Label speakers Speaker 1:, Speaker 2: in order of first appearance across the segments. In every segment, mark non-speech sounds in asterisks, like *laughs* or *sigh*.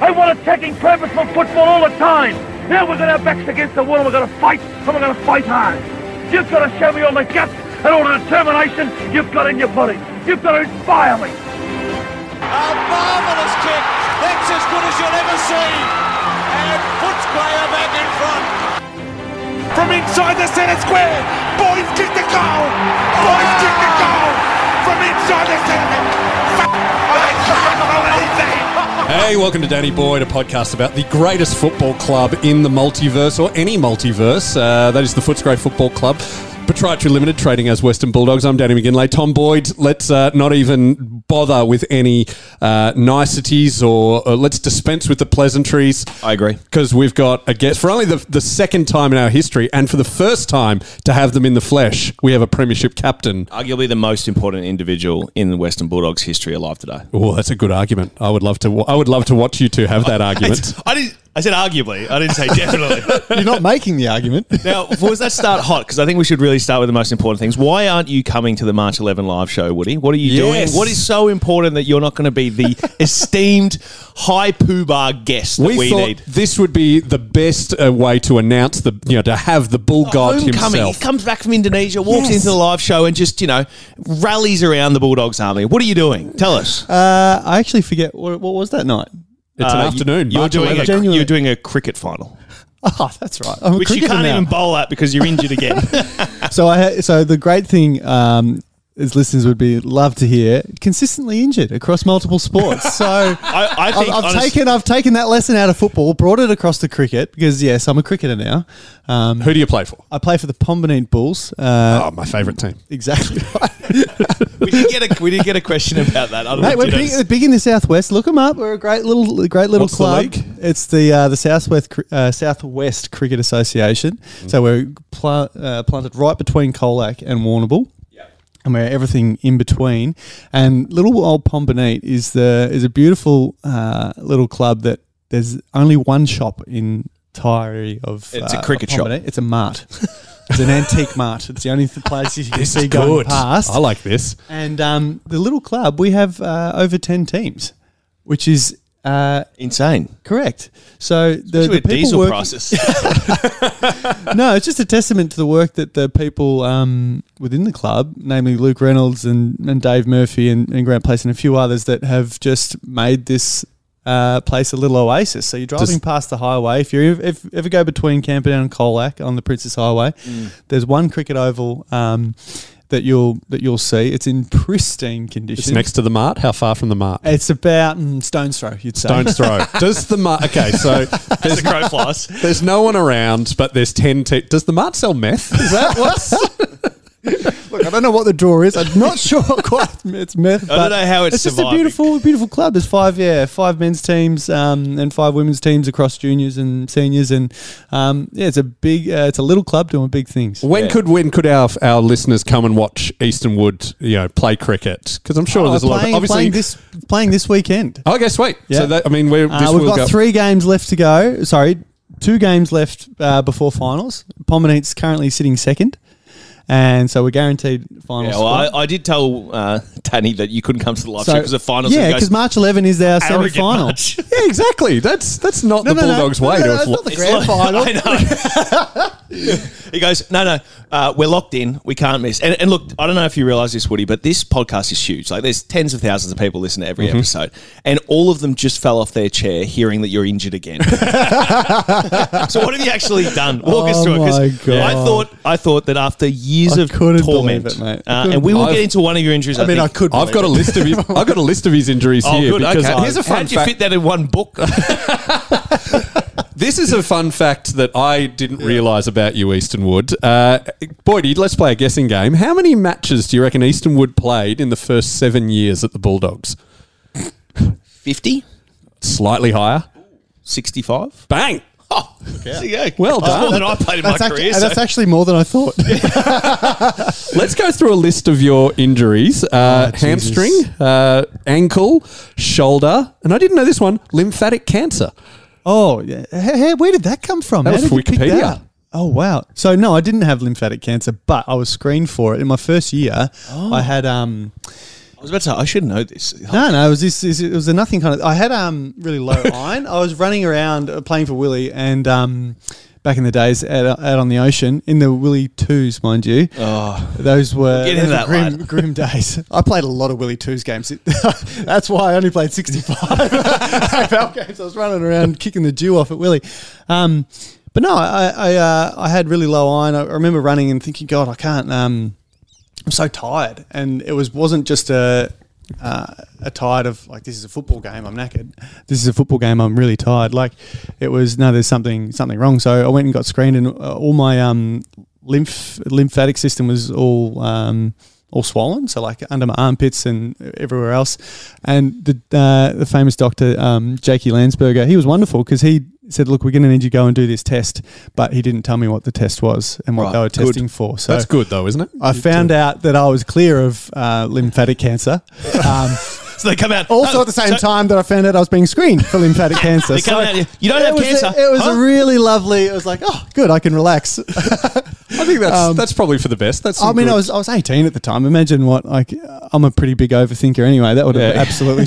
Speaker 1: I want a checking purpose for football all the time. Now we're going to have backs against the wall and we're going to fight and we're going to fight hard. You've got to show me all the guts and all the determination you've got in your body. You've got to inspire me.
Speaker 2: A marvellous kick. That's as good as you'll ever see. And puts player back in front.
Speaker 3: From inside the centre square, Boyd kicked the goal. Boyd kicked the goal. From inside the centre. F- I can't believe that.
Speaker 4: Hey, welcome to Danny Boyd, a podcast about the greatest football club in the multiverse or any multiverse. Uh, that is the Footscray Football Club. Petrarchia Limited trading as Western Bulldogs. I'm Danny McGinley. Tom Boyd, let's uh, not even bother with any uh, niceties or, or let's dispense with the pleasantries.
Speaker 5: I agree.
Speaker 4: Because we've got a guest for only the, the second time in our history and for the first time to have them in the flesh. We have a Premiership captain.
Speaker 5: Arguably the most important individual in the Western Bulldogs history alive today.
Speaker 4: Oh, that's a good argument. I would love to. wa- I would love to watch you two
Speaker 5: *laughs*
Speaker 4: have that argument.
Speaker 6: I didn't. I said arguably. I didn't say definitely.
Speaker 7: You're not making the argument.
Speaker 6: now,
Speaker 5: Well, let's start hot because I think we should really start with the most important things. Why aren't you coming to the March 11 live show, Woody? What are you
Speaker 4: Yes.
Speaker 5: doing? What is so important that you're not going to be
Speaker 6: *laughs*
Speaker 5: the esteemed high poobah guest that we,
Speaker 4: We, thought
Speaker 5: need?
Speaker 4: this would be the best uh, way to announce the you know to have the bull
Speaker 7: Oh,
Speaker 4: god
Speaker 5: Homecoming. He
Speaker 4: himself.
Speaker 5: comes back from Indonesia, walks into the live show, and just you know rallies around the Bulldogs army. What are you doing? Tell us.
Speaker 7: Uh, I actually forget what, what was that night. *laughs*
Speaker 4: It's an
Speaker 5: Uh,
Speaker 4: afternoon.
Speaker 5: You're
Speaker 4: March
Speaker 5: doing,
Speaker 4: 11th.
Speaker 5: a,
Speaker 7: Genuinely.
Speaker 5: you're doing a cricket final,
Speaker 7: Oh, that's right. I'm a
Speaker 6: which you
Speaker 7: cricketer
Speaker 6: can't
Speaker 7: now.
Speaker 6: even bowl at because you're injured
Speaker 7: *laughs*
Speaker 6: again.
Speaker 7: So I ha- so the great thing um, as listeners would be love to hear consistently injured across
Speaker 6: *laughs*
Speaker 7: multiple sports. So I,
Speaker 6: I think
Speaker 7: have
Speaker 6: honest-
Speaker 7: taken I've taken that lesson out of football, brought it across to cricket because yes, I'm a cricketer now. Um,
Speaker 4: Who do you play for?
Speaker 7: I play for the Pombonine Bulls. Uh, *laughs*
Speaker 4: Oh, my favourite team.
Speaker 7: Exactly. Right.
Speaker 5: we did get a we did get a question about that. I don't know
Speaker 7: Mate,
Speaker 5: if
Speaker 7: we're
Speaker 5: you
Speaker 7: big,
Speaker 5: noticed.
Speaker 7: big in the southwest. Look them up. We're a great little, great little
Speaker 4: What's the
Speaker 7: club.
Speaker 4: league?
Speaker 7: It's the uh, the southwest Cri- uh, southwest cricket association. So we're pl- uh, planted right between Colac and Warrnambool. And we're everything in between. And little old Pombanite is the is a beautiful uh, little club that there's only one shop in entirety of.
Speaker 5: It's a
Speaker 7: uh,
Speaker 5: cricket shop.
Speaker 7: Pombanate. It's a mart. It's an antique mart. It's the only th- place you can see going past.
Speaker 4: I like this.
Speaker 7: And um, the little club, we have uh, over 10 teams, which is uh,
Speaker 5: insane.
Speaker 7: correct. So the, the
Speaker 6: With
Speaker 7: people
Speaker 6: diesel
Speaker 7: work-
Speaker 5: *laughs*
Speaker 6: prices.
Speaker 7: No, it's just a testament to the work that the people um, within the club, namely Luke Reynolds and, and Dave Murphy and, and Grant Place and a few others that have just made this uh, place a little oasis. So you're driving
Speaker 4: Just-
Speaker 7: past the highway. If you if, if ever go between Camperdown and Colac on the Princess Highway, there's one cricket oval um, that you'll that you'll see. It's in pristine condition.
Speaker 4: It's next to the mart. How far from the mart?
Speaker 7: It's about mm, stone's throw, you'd say.
Speaker 4: Stone's
Speaker 7: *laughs*
Speaker 4: throw. Does the mart? Okay, so *laughs*
Speaker 6: That's the crow flies.
Speaker 4: there's no one around, but there's ten. Te- Does the mart sell
Speaker 7: *laughs*
Speaker 4: meth? Is that what?
Speaker 7: Look, I don't know what the draw is. I'm not *laughs* sure quite. It's meth.
Speaker 6: I don't know how it's
Speaker 7: It's just a
Speaker 6: surviving.
Speaker 7: beautiful, beautiful club. There's five, yeah, five men's teams um, and five women's teams across juniors and seniors, and um, yeah, it's a big, uh, it's a little club doing big things.
Speaker 4: when could when could our our listeners come and watch Eastonwood? You know, play cricket because I'm sure
Speaker 7: Oh,
Speaker 4: there's a lot.
Speaker 7: playing,
Speaker 4: of Obviously, Oh,
Speaker 7: playing this, playing this weekend.
Speaker 4: Okay, sweet.
Speaker 7: Yeah.
Speaker 4: So that, I mean, we're,
Speaker 7: Uh,
Speaker 4: this
Speaker 7: we've
Speaker 4: will
Speaker 7: got
Speaker 4: go-
Speaker 7: three games left to go. Sorry, two games left uh, before finals. Pominate's currently sitting second, and so we're guaranteed finals.
Speaker 5: Yeah, well, I, I did tell uh, Danny that you couldn't come to the live show because the finals.
Speaker 7: Yeah,
Speaker 5: and goes,
Speaker 7: because March 11 is our semi
Speaker 6: Arrogant
Speaker 5: *laughs*
Speaker 7: final.
Speaker 6: much.
Speaker 4: Yeah, exactly. That's that's not the Bulldogs' way. to have lo-
Speaker 7: the
Speaker 5: It's like- *laughs* I
Speaker 7: *laughs*
Speaker 5: know. he goes, no, no, uh, we're locked in. We can't miss. And, and look, I don't know if you realize this, Woody, but this podcast is huge. Like, there's tens of thousands of people listen to every
Speaker 7: Mm-hmm.
Speaker 5: episode, and all of them just fell off their chair hearing that you're injured
Speaker 7: *laughs*
Speaker 5: again. so, what have you actually done? Walk us
Speaker 7: Oh
Speaker 5: through it. 'cause
Speaker 7: my
Speaker 5: I
Speaker 7: God.
Speaker 5: thought, I thought that after years
Speaker 7: I
Speaker 5: of
Speaker 7: couldn't
Speaker 5: torment,
Speaker 7: believe it, mate. I
Speaker 5: Uh,
Speaker 7: couldn't
Speaker 5: and we will
Speaker 4: believe
Speaker 5: get
Speaker 4: it.
Speaker 5: into one of your injuries. I,
Speaker 7: mean, I
Speaker 5: think.
Speaker 7: could.
Speaker 4: I've got a list *laughs* of his, I've got a list of his injuries
Speaker 5: Oh,
Speaker 4: here
Speaker 5: good.
Speaker 4: because
Speaker 5: Okay.
Speaker 4: here's a fun
Speaker 5: How'd you
Speaker 4: fact.
Speaker 5: fit that in one book? *laughs*
Speaker 4: This is a fun fact that I didn't realise about you, Eastonwood. Uh, Boydie, let's play a guessing game. How many matches do you reckon Eastonwood played in the first seven years at the Bulldogs?
Speaker 5: 50?
Speaker 4: Slightly higher.
Speaker 5: 65?
Speaker 4: Bang.
Speaker 5: Oh. There you go.
Speaker 4: Well
Speaker 6: That's more
Speaker 4: done.
Speaker 6: than I played in my
Speaker 7: That's, act-
Speaker 6: career.
Speaker 7: uh,
Speaker 6: so-
Speaker 7: that's actually more than I thought.
Speaker 4: *laughs* Let's go through a list of your injuries: uh,
Speaker 7: Oh, Jesus.
Speaker 4: hamstring, uh, ankle, shoulder, and I didn't know this one: lymphatic cancer.
Speaker 7: *laughs* oh, yeah. Hey, hey, where did that come from?
Speaker 4: That
Speaker 7: How
Speaker 4: was
Speaker 7: did you pick that
Speaker 4: Wikipedia.
Speaker 7: up? Oh wow! So no,
Speaker 5: Oh.
Speaker 7: I didn't have lymphatic cancer, but I was screened for it in my first year. I had um,
Speaker 5: I was about to say I should know this.
Speaker 7: No, no, it was this. this- It was a nothing kind of. I had um
Speaker 5: *laughs*
Speaker 7: really low iron. I was running around uh, playing for Willie and um. Back in the days, out, out on the ocean, in the Willie Twos, mind you, oh, those were,
Speaker 5: Get into
Speaker 7: those were
Speaker 5: that,
Speaker 7: grim,
Speaker 5: lad.
Speaker 7: grim days. *laughs* I played a lot of Willie Twos games. *laughs* That's why I only played sixty-five *laughs* AFL games. I was running around kicking the dew off at Willie. Um, but no, I I, uh, I had really low iron. I I remember running and thinking, God, I can't. Um, I'm so tired, and it was wasn't just a uh, a tired of like this is a football game. I'm knackered. This is a football game. I'm really tired. Like it was no, there's something something wrong. So I went and got screened, and uh, all my um lymph lymphatic system was all um all swollen. So like under my armpits and everywhere else. And the uh, the famous doctor um Jakey Landsberger, he was wonderful because he said, "Look, we're going to need you to go and do this test," but he didn't tell me what the test was and what
Speaker 5: Right,
Speaker 7: they were
Speaker 5: good.
Speaker 7: testing for. So
Speaker 4: That's good though, isn't it?
Speaker 7: I found out that I was clear of uh, lymphatic
Speaker 5: *laughs*
Speaker 7: cancer. Um,
Speaker 5: *laughs* So they come out
Speaker 7: also,
Speaker 5: Oh,
Speaker 7: at the same
Speaker 5: so-
Speaker 7: time that I found out I was being screened
Speaker 5: *laughs*
Speaker 7: for lymphatic cancer.
Speaker 5: They come out, you- you don't
Speaker 7: it
Speaker 5: have
Speaker 7: was a-
Speaker 5: cancer,
Speaker 7: it was
Speaker 5: huh?
Speaker 7: a really lovely. It was like, oh, good, I can relax.
Speaker 4: I think that's that's probably for the best. That's
Speaker 7: Um, I
Speaker 4: some
Speaker 7: mean, I
Speaker 4: good-
Speaker 7: was I was eighteen at the time. Imagine what like I'm a pretty big overthinker anyway. That would have
Speaker 5: Yeah.
Speaker 7: absolutely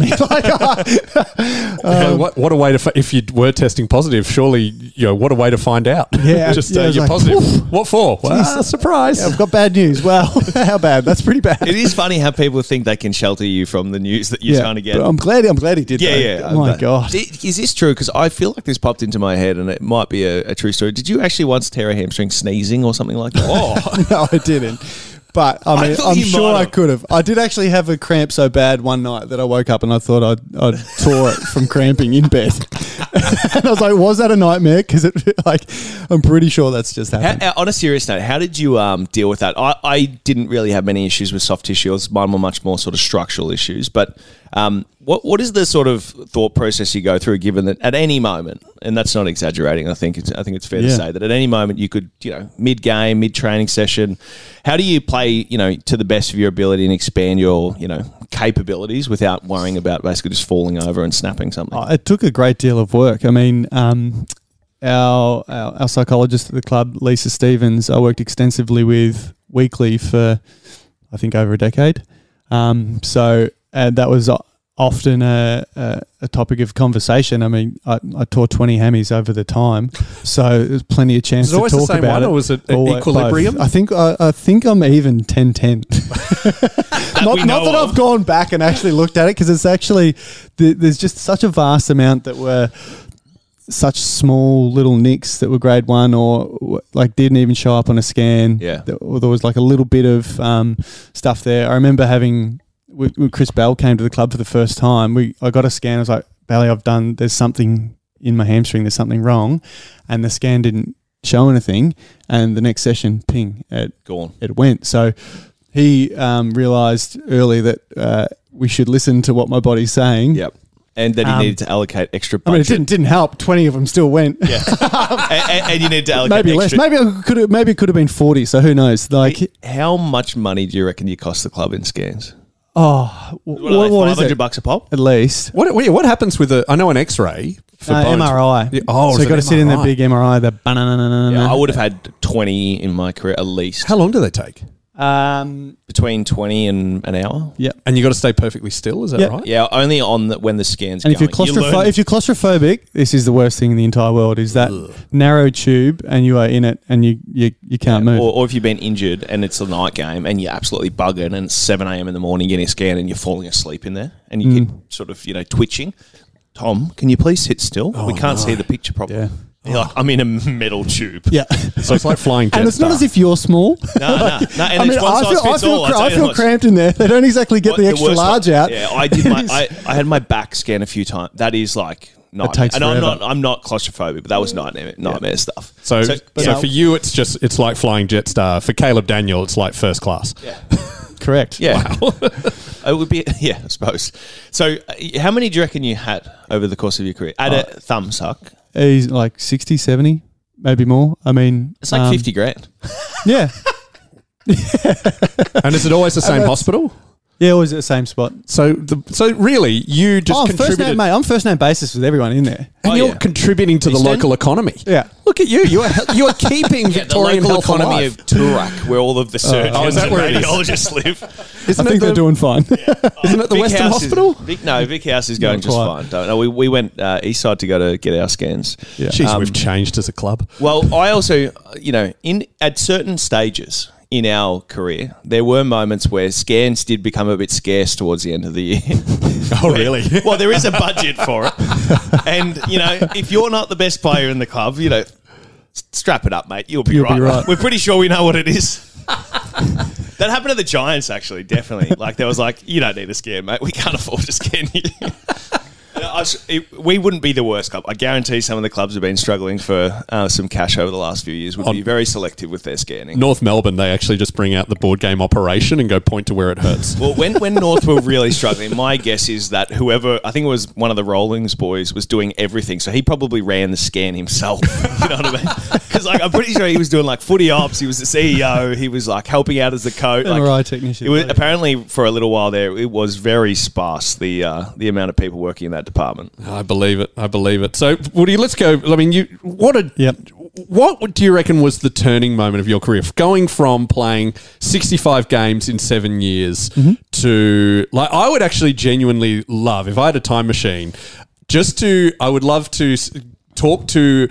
Speaker 5: *laughs*
Speaker 7: me. Like, *laughs* I- uh,
Speaker 4: Yeah, what, what a way to fi- if you were testing positive, surely you know what a way to find out. *laughs*
Speaker 7: Yeah,
Speaker 4: just
Speaker 7: yeah,
Speaker 4: uh,
Speaker 7: it was
Speaker 4: you're
Speaker 7: like,
Speaker 4: positive.
Speaker 7: "Oof."
Speaker 4: What for? Well, surprise.
Speaker 7: I've got bad news. Wow, *laughs* how bad? That's pretty bad.
Speaker 5: It is funny how people think they can shelter you from the news that you're trying to get.
Speaker 7: but I'm glad. I'm glad he did.
Speaker 5: yeah,
Speaker 7: though.
Speaker 5: yeah.
Speaker 7: Oh, my
Speaker 5: But-
Speaker 7: god.
Speaker 5: Di- is this true? Because I feel like this popped into my head, and it might be a, a true story. Did you actually once tear a hamstring sneezing or something like that? *laughs* Oh,
Speaker 7: *laughs* no, I didn't. But I mean,
Speaker 5: thought
Speaker 7: I am
Speaker 5: you
Speaker 7: sure
Speaker 5: might
Speaker 7: I
Speaker 5: have.
Speaker 7: could have. I did actually have a cramp so bad one night that I woke up and I thought I'd, I'd tore it from cramping in bed. *laughs* and I was like, was that a nightmare? Because it *laughs* like, I'm pretty sure that's just
Speaker 5: How-
Speaker 7: happened.
Speaker 5: how- Uh, on a serious note, how did you um, deal with that? I, I didn't really have many issues with soft tissue. It was- Mine were much more sort of structural issues. But um, what what is the sort of thought process you go through, given that at any moment, and that's not exaggerating. I think it's I think it's fair
Speaker 7: Yeah.
Speaker 5: to say that at any moment you could you know mid game, mid training session. How do you play you know to the best of your ability and expand your you know capabilities without worrying about basically just falling over and snapping something?
Speaker 7: Uh, It took a great deal of work. I mean, um, our, our our psychologist at the club, Lisa Stevens, I worked extensively with weekly for I think over a decade. Um, so uh, that was o- often a, a, a topic of conversation. I mean, I, I tore 20 hammies over the time, so there's plenty of chance
Speaker 4: Is it
Speaker 7: to
Speaker 4: always the
Speaker 7: talk
Speaker 4: same
Speaker 7: about
Speaker 4: one,
Speaker 7: it.
Speaker 4: or was it an
Speaker 7: Always-
Speaker 4: equilibrium?
Speaker 7: both. I think I, I think I'm
Speaker 4: *laughs*
Speaker 7: even 10-10. not,
Speaker 6: we
Speaker 7: not
Speaker 6: know
Speaker 7: that
Speaker 6: of.
Speaker 7: I've gone back and actually looked at it because it's actually th- there's just such a vast amount that were such small little nicks that were grade one or w- like didn't even show up on a scan.
Speaker 5: Yeah.
Speaker 7: There, or there was like a little bit of um, stuff there. I remember having when when Chris Bell came to the club for the first time. We I got a scan. I was like, Bally, I've done. There's something in my hamstring. There's something wrong, and the scan didn't show anything. And the next session, ping, it
Speaker 5: Gone.
Speaker 7: it went. So he um, realised early that uh, we should listen to what my body's saying.
Speaker 5: Yep. And that he
Speaker 7: Um,
Speaker 5: needed to allocate extra.
Speaker 7: I
Speaker 5: Budget.
Speaker 7: mean, it
Speaker 5: *laughs*
Speaker 7: didn't didn't help. Twenty of them still went. *laughs*
Speaker 5: and, and- and you need to allocate
Speaker 7: maybe less.
Speaker 5: extra.
Speaker 7: Maybe I could. have- Maybe it could have been forty. So who knows? Like,
Speaker 5: How much money do you reckon you cost the club in scans?
Speaker 7: oh, wh-
Speaker 5: What, are
Speaker 7: what,
Speaker 5: they,
Speaker 7: what is
Speaker 5: 500
Speaker 7: it?
Speaker 5: bucks a pop?
Speaker 7: At least
Speaker 4: What, what what happens with a? I know an X-ray for
Speaker 7: uh,
Speaker 4: bones.
Speaker 7: MRI.
Speaker 4: Yeah, Oh,
Speaker 7: so
Speaker 4: it's
Speaker 7: you got
Speaker 4: an
Speaker 7: to sit in the
Speaker 4: MRI.
Speaker 7: big MRI. The banana.
Speaker 5: Yeah, I would have had 20 in my career at least.
Speaker 4: How long do they take?
Speaker 7: Um.
Speaker 5: Between 20 and an hour?
Speaker 7: Yeah.
Speaker 4: And you got to stay perfectly still. Is that
Speaker 7: Yeah.
Speaker 4: right?
Speaker 5: Yeah, only on the, when the scan's
Speaker 7: And if
Speaker 5: going.
Speaker 7: you're claustropho-
Speaker 5: learn-
Speaker 7: if you're claustrophobic, this is the worst thing in the entire world. Is that narrow tube and you are in it and you you, you can't move.
Speaker 5: or, or if you've been injured and it's a night game and you're absolutely buggered and it's 7 a.m. in the morning getting a scan and you're falling asleep in there and you
Speaker 7: Mm.
Speaker 5: keep sort of, you know, twitching. Tom, can you please sit still? we can't see the picture properly.
Speaker 7: Yeah.
Speaker 5: You're like, I'm in a metal tube. *laughs*
Speaker 7: yeah.
Speaker 4: So it's like flying.
Speaker 7: *laughs* And
Speaker 4: jet
Speaker 7: it's not
Speaker 4: star.
Speaker 7: as if you're small.
Speaker 5: No, no, no. And
Speaker 7: *laughs* I mean,
Speaker 5: it's one
Speaker 7: I
Speaker 5: size
Speaker 7: feel, I
Speaker 5: fits
Speaker 7: feel,
Speaker 5: all.
Speaker 7: cra-
Speaker 5: tell
Speaker 7: I
Speaker 5: you
Speaker 7: feel
Speaker 5: what.
Speaker 7: cramped in there. They don't exactly get
Speaker 5: What-
Speaker 7: the extra
Speaker 5: worst
Speaker 7: large
Speaker 5: one-
Speaker 7: out.
Speaker 5: Yeah, I did
Speaker 7: *laughs*
Speaker 5: my I, I had my back scan a few times. That is like nightmare.
Speaker 7: takes
Speaker 5: and I'm
Speaker 7: forever.
Speaker 5: not I'm not claustrophobic, but that was nightmare nightmare stuff.
Speaker 4: So, so,
Speaker 5: yeah.
Speaker 4: for you, it's just it's like flying jet star. For Caleb Daniel, it's like first class.
Speaker 7: Correct.
Speaker 5: yeah. *laughs* it would be yeah, I suppose. So uh, how many do you reckon you had over the course of your career? At a thumb suck.
Speaker 7: He's like 60, 70, maybe more. I mean,
Speaker 5: It's like
Speaker 7: um,
Speaker 5: 50 grand.
Speaker 7: *laughs* Yeah. *laughs*
Speaker 4: And is it always the same hospital?
Speaker 7: Yeah, always at the same spot.
Speaker 4: So, the, so really, you just
Speaker 7: oh, I'm
Speaker 4: contributed.
Speaker 7: first name, mate. I'm first name basis with everyone
Speaker 5: *laughs*
Speaker 7: in there.
Speaker 4: And
Speaker 5: Oh,
Speaker 4: you're
Speaker 5: yeah.
Speaker 4: contributing to the
Speaker 5: Eastern?
Speaker 4: local economy.
Speaker 7: Yeah.
Speaker 4: Look at you. You are you
Speaker 5: *laughs*
Speaker 4: are keeping
Speaker 5: the
Speaker 4: *laughs* Victorian
Speaker 5: local
Speaker 4: health
Speaker 5: economy
Speaker 4: alive.
Speaker 5: of Turak, where all of the surgeons
Speaker 4: Oh, is that
Speaker 5: and
Speaker 4: where it is?
Speaker 5: radiologists *laughs* live.
Speaker 7: I
Speaker 4: Isn't
Speaker 7: think
Speaker 4: it the,
Speaker 7: they're
Speaker 5: *laughs*
Speaker 7: doing fine.
Speaker 4: Isn't it the
Speaker 5: Vic
Speaker 4: Western
Speaker 5: House is-
Speaker 4: Hospital?
Speaker 5: Vic, no, Vic House is going
Speaker 7: Not
Speaker 5: just
Speaker 7: quite.
Speaker 5: fine. Don't, no, we, we went uh, east side to go to get our scans.
Speaker 7: Yeah.
Speaker 4: Jeez,
Speaker 5: Um,
Speaker 4: we've changed as
Speaker 5: *laughs*
Speaker 4: a club.
Speaker 5: Well, I also, uh, you know, in at certain stages in our career, there were moments where scans did become a bit scarce towards the end of the year.
Speaker 4: Oh, really?
Speaker 6: *laughs* Well, there is a budget for it, and you know, if you're not the best player in the club, you know,
Speaker 5: Strap it up, mate. You'll be,
Speaker 7: You'll
Speaker 5: right.
Speaker 7: be right.
Speaker 6: we're pretty sure we know what it is. *laughs* that happened to the Giants, actually. Definitely, like there was like, you don't need a scan, mate. We can't afford to scan you. *laughs* And I was- it- we wouldn't be the worst club. I guarantee some of the clubs have been struggling for uh, some cash over the last few years. Would be very selective with their scanning.
Speaker 4: *laughs* North Melbourne, they actually just bring out the board game operation and go point to where it hurts.
Speaker 5: Well, when, when North were really struggling, my guess is that whoever, I think it was one of the Rollings boys, was doing everything. So he probably ran the scan himself. *laughs* You know what I mean? Because like, I'm pretty sure he was doing like footy ops. He was the CEO. He was like helping out as the coach. Like,
Speaker 7: MRI technician.
Speaker 5: It was, apparently, for a little while there, it was very sparse, the, uh, the amount of people working in that department.
Speaker 4: I believe it. I believe it. So, Woody, let's go. I mean, you what a
Speaker 7: Yep.
Speaker 4: what do you reckon was the turning moment of your career, going from playing sixty five games in seven years to like I would actually genuinely love if I had a time machine, just to I would love to s- talk to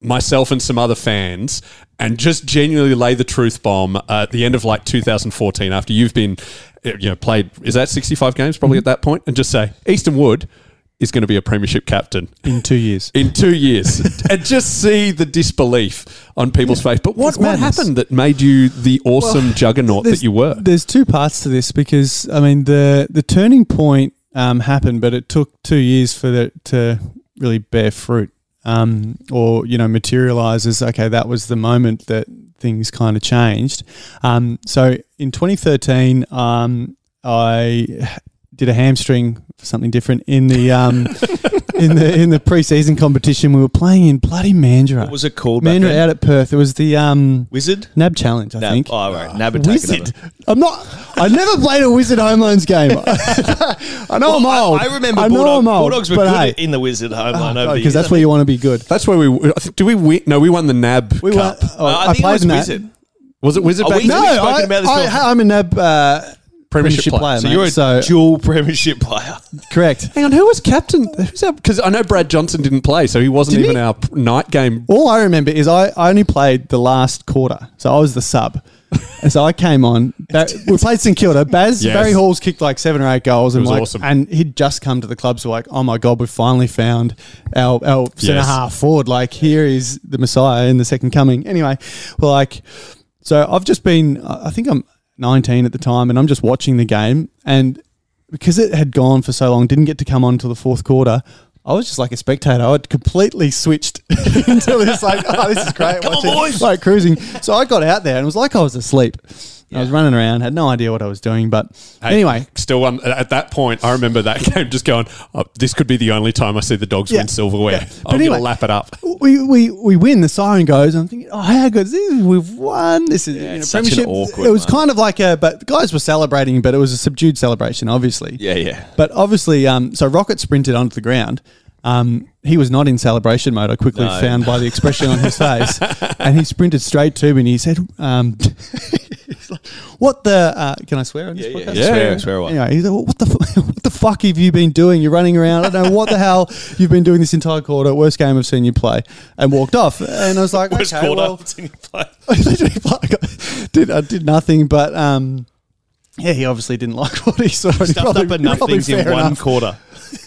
Speaker 4: myself and some other fans and just genuinely lay the truth bomb at the end of like 2014 after you've been uh, you know played is that 65 games probably at that point and just say Easton Wood is going to be a premiership captain
Speaker 7: in two years.
Speaker 4: in 2 years *laughs* and just see the disbelief on people's face but what,
Speaker 7: It's
Speaker 4: what
Speaker 7: madness.
Speaker 4: happened that made you the awesome
Speaker 7: *laughs*
Speaker 4: juggernaut that
Speaker 7: There's-
Speaker 4: you were
Speaker 7: There's two parts to this because I mean the the turning point um, happened, but it took two years for it to really bear fruit um, or you know materialize as okay that was the moment that things kind of changed. Um, so in 2013, um, I did a hamstring for something different in the.
Speaker 5: *laughs*
Speaker 7: Um, In the in the preseason competition, we were playing in bloody Mandurah.
Speaker 5: What was it called back
Speaker 7: Mandurah
Speaker 5: then?
Speaker 7: out at Perth. It was the um,
Speaker 5: Wizard?
Speaker 7: Nab Challenge, I
Speaker 5: Nab-
Speaker 7: think.
Speaker 5: oh, right. Nab had taken
Speaker 7: Wizard. I'm not. I never played a Wizard home
Speaker 4: *laughs*
Speaker 7: loans game. I
Speaker 4: Oh,
Speaker 7: know I'm
Speaker 6: Well,
Speaker 7: old.
Speaker 6: I, I remember
Speaker 7: I know
Speaker 6: Bulldog,
Speaker 7: I'm old,
Speaker 6: Bulldogs were
Speaker 7: but
Speaker 6: good
Speaker 7: hey.
Speaker 6: at- in the Wizard home line over the
Speaker 7: because that's
Speaker 6: years.
Speaker 7: where you want to be good.
Speaker 4: that's where we were. I think- did we win no we won the nab
Speaker 7: We
Speaker 4: cup
Speaker 7: were- oh,
Speaker 5: Uh, I,
Speaker 7: I
Speaker 5: think it
Speaker 7: played
Speaker 5: was
Speaker 7: in that.
Speaker 5: Wizard.
Speaker 4: was it wizard
Speaker 5: Are
Speaker 4: back
Speaker 5: we-
Speaker 4: then?
Speaker 7: No,
Speaker 5: We've spoken
Speaker 7: I,
Speaker 5: about this before.
Speaker 7: I, am a NAB uh, premiership player.
Speaker 4: player.
Speaker 5: So
Speaker 7: mate.
Speaker 5: you're a
Speaker 7: So-
Speaker 5: dual premiership player.
Speaker 7: correct.
Speaker 4: Hang on, who was captain? Who's our? Because I know Brad Johnson didn't play, so he wasn't
Speaker 7: Didn't
Speaker 4: even
Speaker 7: he?
Speaker 4: our p- night game.
Speaker 7: All I remember is I, I only played the last quarter, so I was the sub. And so I came on. Ba- we played St Kilda. Baz
Speaker 4: Yes.
Speaker 7: Barry Hall's kicked like seven or eight goals, and
Speaker 4: was
Speaker 7: like,
Speaker 4: awesome.
Speaker 7: and he'd just come to the club. So like, oh my god, we've finally found our our centre
Speaker 4: Yes.
Speaker 7: half forward. Like here is the Messiah in the second coming. Anyway, well like, so I've just been. I I think I'm 19 at the time, and I'm just watching the game, and because it had gone for so long, didn't get to come on till the fourth quarter. I was just like a spectator. I had completely switched *laughs* until it's like, oh, this is great. watching, Like cruising. So I got out there and it was like I was asleep. I was running around, had no idea what I was doing. But anyway,
Speaker 4: still one at that point. I remember that *laughs* game just going. Oh, this could be the only time I see the dogs
Speaker 7: Yeah.
Speaker 4: win silverware.
Speaker 7: Yeah. But
Speaker 4: I'm
Speaker 7: anyway-
Speaker 4: gonna lap it up.
Speaker 7: we, we, we win. The siren goes. And I'm thinking, oh, how good is this? We've won. This is you know,
Speaker 5: it's such an
Speaker 7: premiership.
Speaker 5: awkward
Speaker 7: it was
Speaker 5: moment.
Speaker 7: kind of like a, but the guys were celebrating, but it was a subdued celebration, obviously.
Speaker 5: Yeah, yeah. *laughs*
Speaker 7: But obviously, um, so Rocket sprinted onto the ground. Um, he was not in celebration mode. I quickly
Speaker 5: No.
Speaker 7: found by the expression on his face, and he sprinted straight to me. and He said, um, *laughs* he's like, "What the? Uh, can I swear on this
Speaker 5: yeah,
Speaker 7: podcast?
Speaker 5: yeah. Swear- swear away.
Speaker 7: Anyway, he's like, "What the? Fu- *laughs* what the fuck have you been doing? You're running around. I don't know what the hell you've been doing this entire quarter. Worst game I've seen you play." And walked off. And I was like,
Speaker 6: Worst
Speaker 7: "Okay,
Speaker 6: quarter
Speaker 7: well, *laughs*
Speaker 6: it's in your play.
Speaker 7: I literally played- did I did nothing, but um, yeah, he obviously didn't like *laughs* what he saw. and he
Speaker 6: Stuffed
Speaker 7: probably-
Speaker 6: up enough
Speaker 7: probably
Speaker 6: things in
Speaker 7: fair
Speaker 6: one
Speaker 7: enough.
Speaker 6: quarter.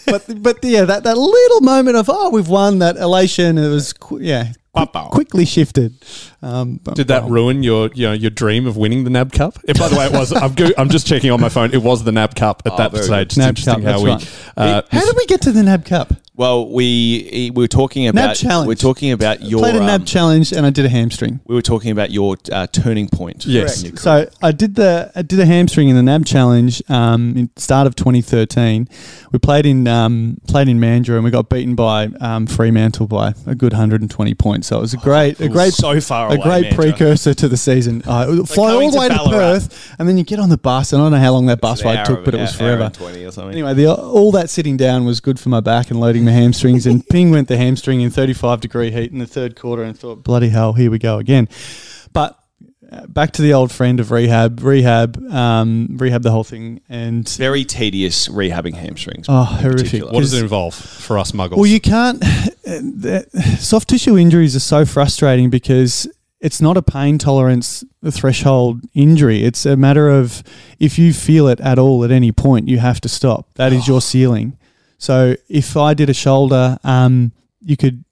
Speaker 7: but but yeah, that, that little moment of oh, we've won that elation. It was qu- yeah, quick,
Speaker 6: Wow.
Speaker 7: quickly shifted. Um, but-
Speaker 4: Did that ruin your you know, your dream of winning the NAB Cup? And by the way, it was. I'm, *laughs* go- I'm just checking on my phone. It was the Ah, NAB Cup at that
Speaker 5: very
Speaker 4: stage. It's
Speaker 7: NAB
Speaker 4: interesting
Speaker 7: Cup,
Speaker 4: how
Speaker 7: that's
Speaker 4: we.
Speaker 7: right.
Speaker 4: Uh,
Speaker 7: How did we get to the NAB Cup?
Speaker 5: Well, we we were talking about
Speaker 7: challenge.
Speaker 5: We're talking about your
Speaker 7: Played a nab
Speaker 5: um,
Speaker 7: challenge and I did a hamstring.
Speaker 5: we were talking about your uh, turning point.
Speaker 4: Yes.
Speaker 5: In your career.
Speaker 7: So I did the I did a hamstring in the NAB challenge um, in start of 2013. We played in um, played in Mandurah and we got beaten by um, Fremantle by a good 120 points. So it was a great a great
Speaker 6: so far
Speaker 7: a
Speaker 6: away,
Speaker 7: great
Speaker 6: Mandurah.
Speaker 7: precursor to the season. Uh, it was- fly
Speaker 6: going
Speaker 7: all the
Speaker 6: to
Speaker 7: way to
Speaker 6: Ballarat.
Speaker 7: Perth and then you get on the bus and I don't know how long that bus
Speaker 5: An
Speaker 7: ride
Speaker 5: hour
Speaker 7: took,
Speaker 5: of
Speaker 7: but it was
Speaker 5: hour- hour and
Speaker 7: forever.
Speaker 5: Twenty or something.
Speaker 7: Anyway, the, all that sitting down was good for my back and loading the
Speaker 4: *laughs*
Speaker 7: hamstrings. And ping went the hamstring in 35 degree heat in the third quarter and thought, bloody hell, here we go again. But uh, back to the old friend of rehab, rehab, um, rehab the whole thing. And
Speaker 5: Very tedious rehabbing hamstrings.
Speaker 7: oh, horrific.
Speaker 5: particular.
Speaker 4: What does it involve for us muggles?
Speaker 7: Well, you can't. *sighs* eh, the- Soft tissue injuries are so frustrating because it's not a pain tolerance threshold injury. It's a matter of if you feel it at all at any point, you have to stop. That is your ceiling. So if I did a shoulder, um, you could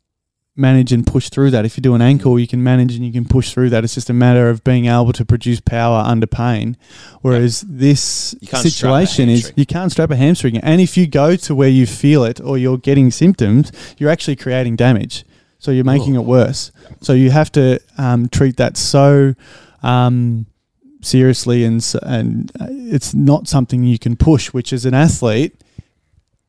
Speaker 7: manage and push through that. If you do an ankle, you can manage and you can push through that. It's just a matter of being able to produce power under pain. Whereas this
Speaker 5: can't strap a
Speaker 7: situation is
Speaker 5: hamstring.
Speaker 7: you can't strap a hamstring. And if you go to where you feel it or you're getting symptoms, you're actually creating damage. So you're making it worse. So you have to um, treat that so um, seriously, and s- and uh, it's not something you can push. Which as an athlete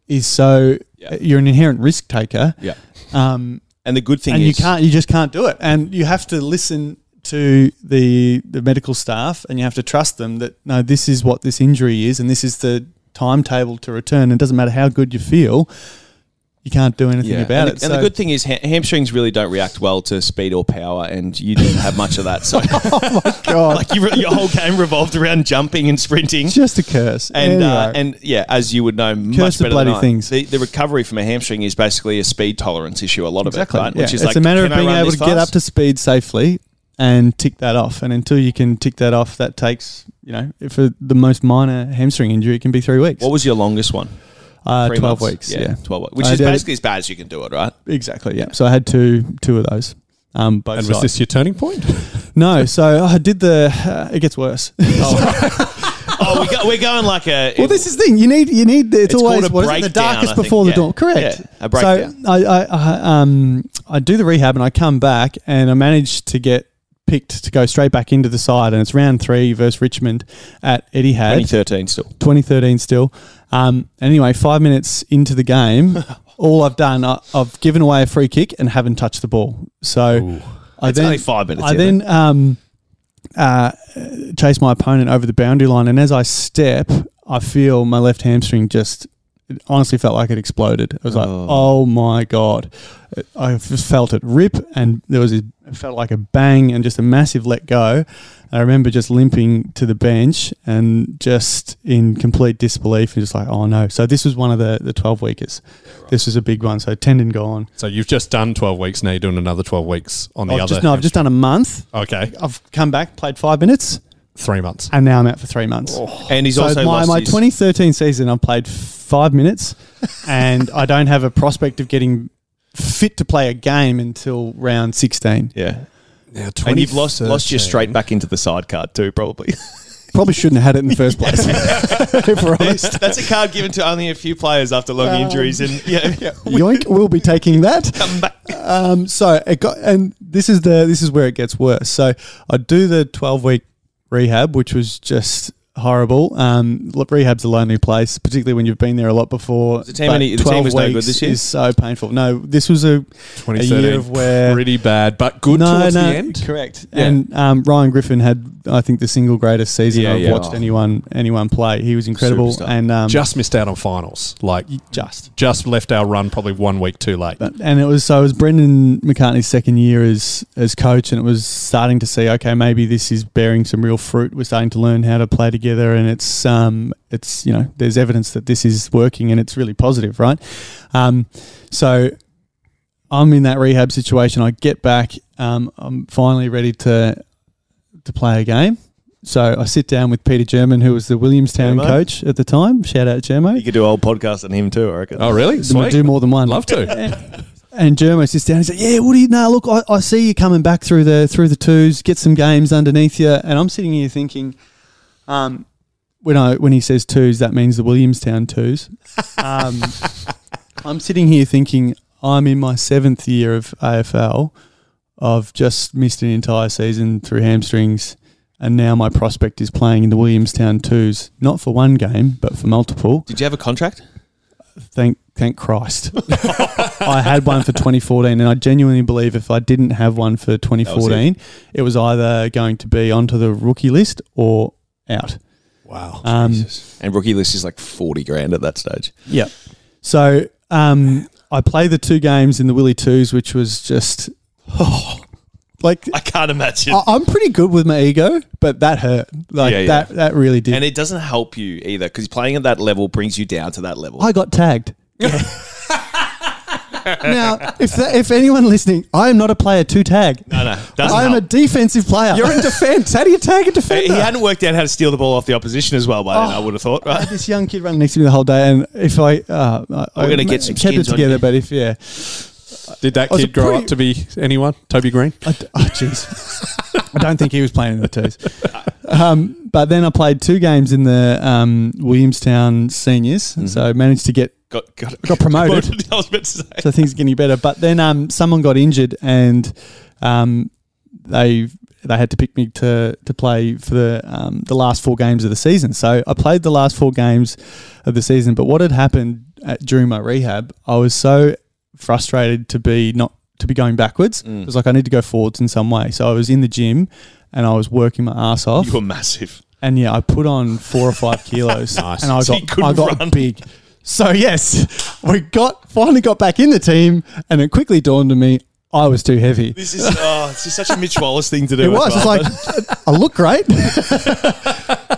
Speaker 7: is so uh, you're an inherent risk taker
Speaker 5: yeah. and the good thing
Speaker 7: um, and
Speaker 5: is
Speaker 7: you can't you just can't do it and you have to listen to the the medical staff and you have to trust them that no this is what this injury is and this is the timetable to return it doesn't matter how good you feel you can't do anything
Speaker 5: Yeah.
Speaker 7: about
Speaker 5: and
Speaker 7: it
Speaker 5: The, and the
Speaker 7: So-
Speaker 5: good thing is ha- hamstrings really don't react well to speed or power, and you didn't have much of that.
Speaker 7: *laughs*
Speaker 5: So *laughs*
Speaker 7: God,
Speaker 6: Like you, re- your whole game revolved around jumping and sprinting.
Speaker 7: it's just a curse
Speaker 5: and uh,
Speaker 7: Anyway.
Speaker 5: and yeah, as you would know,
Speaker 7: Curse
Speaker 5: much
Speaker 7: the
Speaker 5: better
Speaker 7: bloody
Speaker 5: than I,
Speaker 7: things.
Speaker 5: The, the recovery from a hamstring is basically a speed tolerance issue. A lot of
Speaker 7: exactly
Speaker 5: it, right?
Speaker 7: yeah.
Speaker 5: Which is
Speaker 7: it's
Speaker 5: like
Speaker 7: a matter
Speaker 5: can
Speaker 7: of
Speaker 5: I
Speaker 7: being
Speaker 5: run
Speaker 7: able
Speaker 5: this
Speaker 7: to get
Speaker 5: fast?
Speaker 7: up to speed safely and tick that off and until you can tick that off that takes you know for the most minor hamstring injury it can be three weeks
Speaker 5: What was your longest one?
Speaker 7: uh,
Speaker 5: Three
Speaker 7: 12
Speaker 5: months.
Speaker 7: weeks yeah,
Speaker 5: twelve weeks, which
Speaker 7: I
Speaker 5: is
Speaker 7: did it-
Speaker 5: basically as bad as you can do it,
Speaker 7: *laughs*
Speaker 5: right?
Speaker 7: Exactly. Yeah. So I had two two of those. Um, both
Speaker 4: and was
Speaker 7: sides.
Speaker 4: this your turning point?
Speaker 7: no, so I did the. Uh, it gets worse.
Speaker 5: Oh, we go, we're going like a.
Speaker 7: *laughs* well, this is the thing. You need you need. It's,
Speaker 5: It's
Speaker 7: always
Speaker 5: called a
Speaker 7: what is it, the
Speaker 5: breakdown,
Speaker 7: darkest
Speaker 5: I think.
Speaker 7: before the
Speaker 5: Yeah.
Speaker 7: dawn. Correct.
Speaker 5: Yeah, a breakdown.
Speaker 7: So I, I, I um I do the rehab and I come back and I manage to get picked to go straight back into the side and it's round three versus Richmond at Eddie Had.
Speaker 5: 2013 still.
Speaker 7: 2013 still. Um, anyway, five minutes into
Speaker 5: *laughs*
Speaker 7: the game, all I've done, I, I've given away a free kick and haven't touched the ball. So I then,
Speaker 5: only five minutes
Speaker 7: I
Speaker 5: in, eh?
Speaker 7: then um, uh, chase my opponent over the boundary line, and as I step, I feel my left hamstring just. It honestly felt like it exploded. I was like, "Oh my god!" I just felt it rip, and there was a, it felt like a bang and just a massive let go. I remember just limping to the bench and just in complete disbelief, and just like, "Oh no!" So this was one of the the twelve weekers. This was a big one. So tendon gone.
Speaker 4: *laughs* so you've just done 12 weeks, now you're doing another 12 weeks on the
Speaker 7: I've
Speaker 4: other.
Speaker 7: just no, I've just done a month.
Speaker 4: okay,
Speaker 7: I've come back, played five minutes,
Speaker 4: three months.
Speaker 7: and now I'm out for three months.
Speaker 4: Oh.
Speaker 5: And he's
Speaker 7: so
Speaker 5: also
Speaker 7: my,
Speaker 5: lost
Speaker 7: my
Speaker 5: his-
Speaker 7: 2013 season, I played five *laughs* minutes, and I don't have a prospect of getting fit to play a game until round 16.
Speaker 5: Yeah,
Speaker 4: Now,
Speaker 5: and you've lost lost your
Speaker 4: 2013.
Speaker 5: straight back into the side card too, probably.
Speaker 7: *laughs*
Speaker 5: *laughs*
Speaker 7: Probably shouldn't have had it in the *laughs* first place. if we're honest. *laughs*
Speaker 5: That's a card given to only a few players after long injuries, and
Speaker 7: *laughs*
Speaker 5: yeah, *laughs*
Speaker 7: Yoink, we'll *laughs* be taking that. Um, so it got, and this is the this is where it gets worse. So I do the twelve week rehab, which was just horrible. Um, look, rehab's a lonely place, particularly when you've been there a lot before. The
Speaker 5: team any- the team was no good this year?
Speaker 7: Is so painful. No, this was a, a
Speaker 4: 2013,
Speaker 7: year of where
Speaker 4: pretty bad, but good towards the end.
Speaker 7: Correct. And um, Ryan Griffin had, I think, the single greatest season
Speaker 5: Yeah,
Speaker 7: I've
Speaker 5: yeah.
Speaker 7: watched anyone anyone play. He was incredible,
Speaker 5: Superstar.
Speaker 7: and um,
Speaker 4: Just missed out on finals. Like
Speaker 7: just.
Speaker 4: just left our run probably one week too late.
Speaker 7: and it was so it was Brendan McCartney's second year as as coach, and it was starting to see okay maybe this is bearing some real fruit. We're starting to learn how to play together, and it's um it's you know there's evidence that this is working, and it's really positive, right? Um, so I'm in that rehab situation. I get back. Um, I'm finally ready to to play a game. So I sit down with Peter German, who was the Williamstown
Speaker 5: Germo.
Speaker 7: coach at the time. Shout out Germo.
Speaker 5: you could do a whole podcast on him too. I reckon.
Speaker 4: oh really?
Speaker 7: I
Speaker 4: Sweet.
Speaker 7: do more than one.
Speaker 4: Love to.
Speaker 7: *laughs* And Germo sits down. He's like, "Yeah, Woody. Now look, I, I see you coming back through the through the twos. Get some games underneath you." And I'm sitting here thinking, um,
Speaker 4: *laughs*
Speaker 7: when I when he says twos, that means the Williamstown twos. Um, I'm sitting here thinking I'm in my seventh year of AFL. I've just missed an entire season through hamstrings, and now my prospect is playing in the Williamstown Twos, not for one game, but for multiple.
Speaker 5: Did you have a contract?
Speaker 7: Thank, thank Christ. *laughs* I had one for 2014, and I genuinely believe if I didn't have one for 2014, it was either going to be onto the rookie list or out.
Speaker 4: Wow.
Speaker 7: Um,
Speaker 5: And rookie list is like forty grand at that stage.
Speaker 7: Yeah. So um, I played the two games in the Willy Twos, which was just oh, like
Speaker 5: I can't imagine.
Speaker 7: I, I'm pretty good with my ego, but that hurt. Like
Speaker 5: Yeah, yeah.
Speaker 7: that, that really did.
Speaker 5: and it doesn't help you either because playing at that level brings you down to that level.
Speaker 7: I
Speaker 5: *laughs*
Speaker 7: got tagged. now, if that, if anyone listening, I am not a player to tag.
Speaker 5: no, no, doesn't
Speaker 7: I am a
Speaker 5: help.
Speaker 7: defensive player.
Speaker 4: You're
Speaker 7: *laughs*
Speaker 4: in defense. How do you tag a
Speaker 5: he
Speaker 4: defender?
Speaker 5: hadn't worked out how to steal the ball off the opposition as well by then.
Speaker 7: Oh.
Speaker 5: I would have thought, right?
Speaker 7: this young kid running next to me the whole day, and if I, uh, I
Speaker 5: We're gonna
Speaker 7: I
Speaker 5: get some
Speaker 7: kept it
Speaker 5: skins on
Speaker 7: together,
Speaker 5: you.
Speaker 7: but if yeah,
Speaker 4: Did that
Speaker 7: I was a
Speaker 4: kid grow
Speaker 7: pretty-
Speaker 4: up to be anyone? Toby Green?
Speaker 7: I d
Speaker 5: *laughs*
Speaker 7: oh, jeez. I don't think he was playing in the twos. Um, but then I played two games in the um, Williamstown seniors,
Speaker 5: Mm-hmm.
Speaker 7: so managed to get
Speaker 5: Got, got,
Speaker 7: Got
Speaker 5: *laughs*
Speaker 7: promoted.
Speaker 5: I was about to say.
Speaker 7: *laughs* so things are getting better. But then um, someone got injured, and um, they they had to pick me to to play for the um, the last four games of the season. So I played the last four games of the season. But what had happened at, during my rehab, I was so frustrated to be not to be going backwards. It was like I need to go forwards in some way. So I was in the gym. And I was working my ass off.
Speaker 5: You were massive.
Speaker 7: And yeah, I put on four or five kilos,
Speaker 5: *laughs*
Speaker 4: Nice.
Speaker 7: and I
Speaker 5: So you
Speaker 7: got
Speaker 5: couldn't
Speaker 7: I got
Speaker 5: run.
Speaker 7: big. So yes, we got finally got back in the team, and it quickly dawned on me I was too heavy.
Speaker 5: This is oh, it's just such a Mitch Wallace thing to do.
Speaker 7: It
Speaker 5: as
Speaker 7: was. It's
Speaker 5: well. *laughs*
Speaker 7: like *laughs* I look great,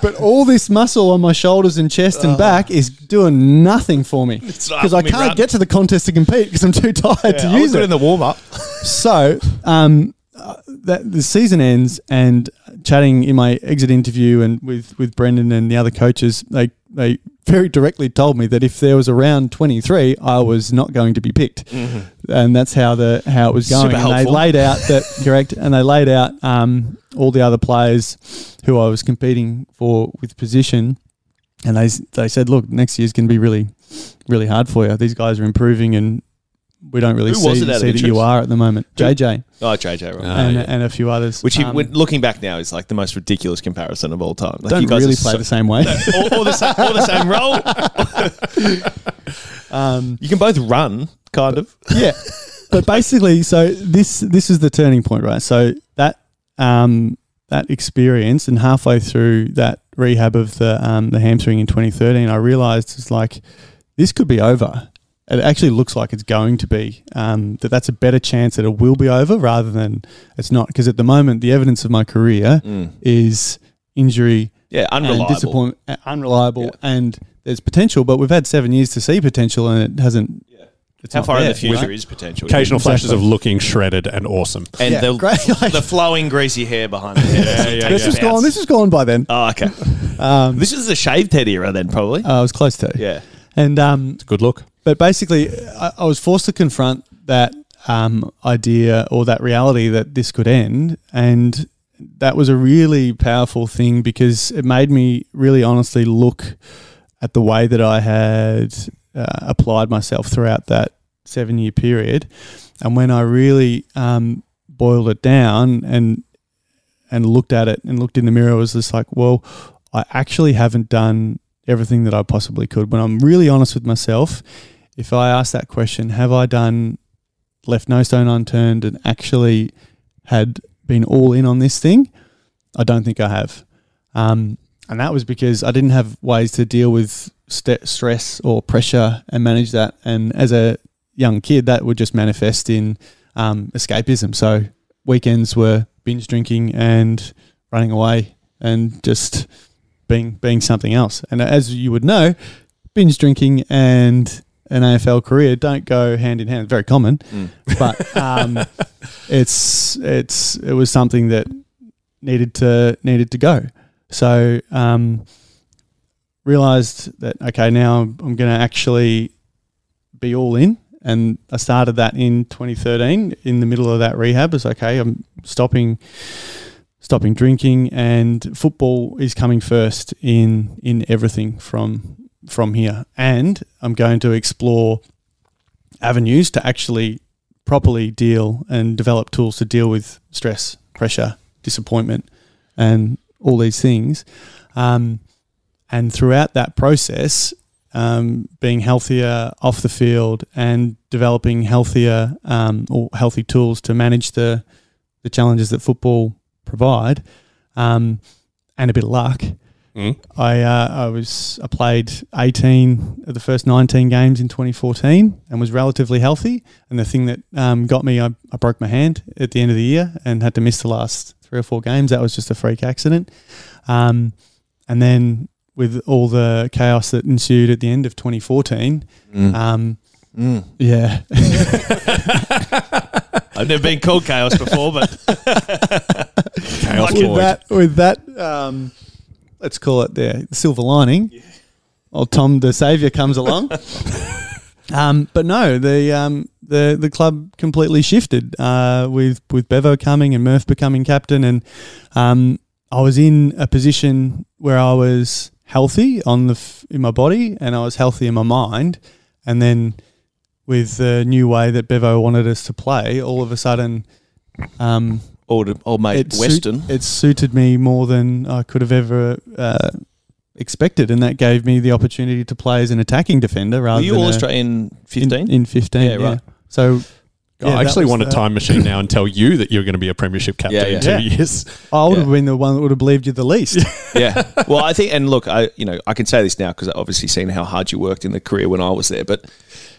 Speaker 7: but all this muscle on my shoulders and chest
Speaker 5: Ah.
Speaker 7: and back is doing nothing for me
Speaker 5: not
Speaker 7: because I
Speaker 5: helping me
Speaker 7: can't
Speaker 5: run.
Speaker 7: get to the contest to compete because I'm too tired to
Speaker 5: Yeah, I was
Speaker 7: use
Speaker 5: good
Speaker 7: it.
Speaker 5: in the warm up.
Speaker 7: So, um, uh, that the season ends, and chatting in my exit interview and with with Brendan and the other coaches, they they very directly told me that if there was a round twenty three, I was not going to be picked, and that's how the how it was going.
Speaker 5: Mm-hmm. Super
Speaker 7: and they
Speaker 5: helpful.
Speaker 7: laid out that
Speaker 5: *laughs*
Speaker 7: correct, and they laid out um, all the other players who I was competing for with position, and they s- they said, look, next year's going to be really really hard for you. These guys are improving and. We don't really
Speaker 5: Who was
Speaker 7: see,
Speaker 5: it
Speaker 7: see
Speaker 5: out of
Speaker 7: that you
Speaker 5: interest?
Speaker 7: are at the moment. JJ
Speaker 5: Oh, JJ, right.
Speaker 7: and, and a few others.
Speaker 5: Which, he,
Speaker 7: Um,
Speaker 5: when looking back now, is like the most ridiculous comparison of all time. Like
Speaker 7: don't
Speaker 5: you guys
Speaker 7: really
Speaker 5: are
Speaker 7: play
Speaker 5: so- *laughs*
Speaker 7: the same way.
Speaker 5: or, or the same, or the same role.
Speaker 7: Um,
Speaker 5: you can both run, kind
Speaker 7: *laughs*
Speaker 5: of.
Speaker 7: yeah, but basically, so this this is the turning point, right? So that um, that experience, and halfway through that rehab of the um, the hamstring in 2013, I realised it's like this could be over. It actually looks like it's going to be um, that. That's a better chance that it will be over rather than it's not. Because at the moment, the evidence of my career is injury,
Speaker 5: Yeah, unreliable.
Speaker 7: and disappoint, uh, unreliable, and there's potential. But we've had seven years to see potential, and it hasn't. It's
Speaker 5: How
Speaker 7: not
Speaker 5: far in
Speaker 7: there,
Speaker 5: the future
Speaker 7: right?
Speaker 5: is potential?
Speaker 4: Occasional flashes of
Speaker 7: Exactly.
Speaker 4: looking shredded and awesome.
Speaker 5: and
Speaker 7: Yeah,
Speaker 5: the,
Speaker 7: great,
Speaker 5: *laughs*
Speaker 7: like-
Speaker 5: the flowing greasy hair behind *laughs* the head. yeah, yeah,
Speaker 7: This is gone. This is gone Um, Uh, by then.
Speaker 5: Oh,
Speaker 7: *laughs*
Speaker 5: okay. this is a shaved head era then, probably.
Speaker 7: I was close to.
Speaker 5: yeah.
Speaker 7: And um,
Speaker 4: Good look.
Speaker 7: but basically, I, I was forced to confront that um, idea or that reality that this could end, and that was a really powerful thing because it made me really honestly look at the way that I had uh, applied myself throughout that seven-year period, and when I really um, boiled it down and and looked at it and looked in the mirror, I was just like, well, I actually haven't done everything that I possibly could. When I'm really honest with myself, if I ask that question, have I done left no stone unturned and actually had been all in on this thing? I don't think I have. Um, and that was because I didn't have ways to deal with st- stress or pressure and manage that. And as a young kid, that would just manifest in um, escapism. So weekends were binge drinking and running away and just being being something else. And as you would know, binge drinking and an AFL career don't go hand in hand. Very common, but um, it's it's it was something that needed to needed to go. So um, realized that okay, now I'm going to actually be all in. And I started that in 2013 in the middle of that rehab. It's okay, I'm stopping stopping drinking and football is coming first in in everything from from here and I'm going to explore avenues to actually properly deal and develop tools to deal with stress, pressure, disappointment, and all these things. Um, and throughout that process, um, being healthier off the field and developing healthier um, or healthy tools to manage the the challenges that football provide, um, and a bit of luck. I uh, I was I played 18 of the first 19 games in 2014 and was relatively healthy. And the thing that um, got me, I, I broke my hand at the end of the year and had to miss the last three or four games. That was just a freak accident. Um, and then with all the chaos that ensued at the end of 2014, um, yeah,
Speaker 5: I've never been called chaos before,
Speaker 7: *laughs*
Speaker 5: but
Speaker 4: Chaos
Speaker 7: with
Speaker 4: Lloyd.
Speaker 7: that with that um, let's call it the silver lining well tom the savior comes along um, but no the um, the the club completely shifted uh, with with bevo coming and murph becoming captain and um, i was in a position where i was healthy on the f- in my body and i was healthy in my mind and then with the new way that bevo wanted us to play all of a sudden um,
Speaker 5: old, old mate
Speaker 7: it suit-
Speaker 5: Western.
Speaker 7: it suited me more than I could have ever uh, expected, and that gave me the opportunity to play as an attacking defender rather
Speaker 5: Were you
Speaker 7: than
Speaker 5: all
Speaker 7: a-
Speaker 5: Australian
Speaker 7: in,
Speaker 5: fifteen?
Speaker 7: in fifteen.
Speaker 5: Yeah,
Speaker 7: Yeah,
Speaker 5: right.
Speaker 7: So yeah,
Speaker 4: I
Speaker 7: that
Speaker 4: actually
Speaker 7: was
Speaker 4: want a
Speaker 7: the-
Speaker 4: time machine now and tell you that you're going to be a premiership captain
Speaker 5: Yeah, yeah.
Speaker 4: in two
Speaker 7: Yeah.
Speaker 4: years.
Speaker 7: I would have been the one that would have believed you the
Speaker 5: *laughs*
Speaker 7: least.
Speaker 5: yeah. Well, I think, and look, I you know I can say this now because I obviously seen how hard you worked in the career when I was there, but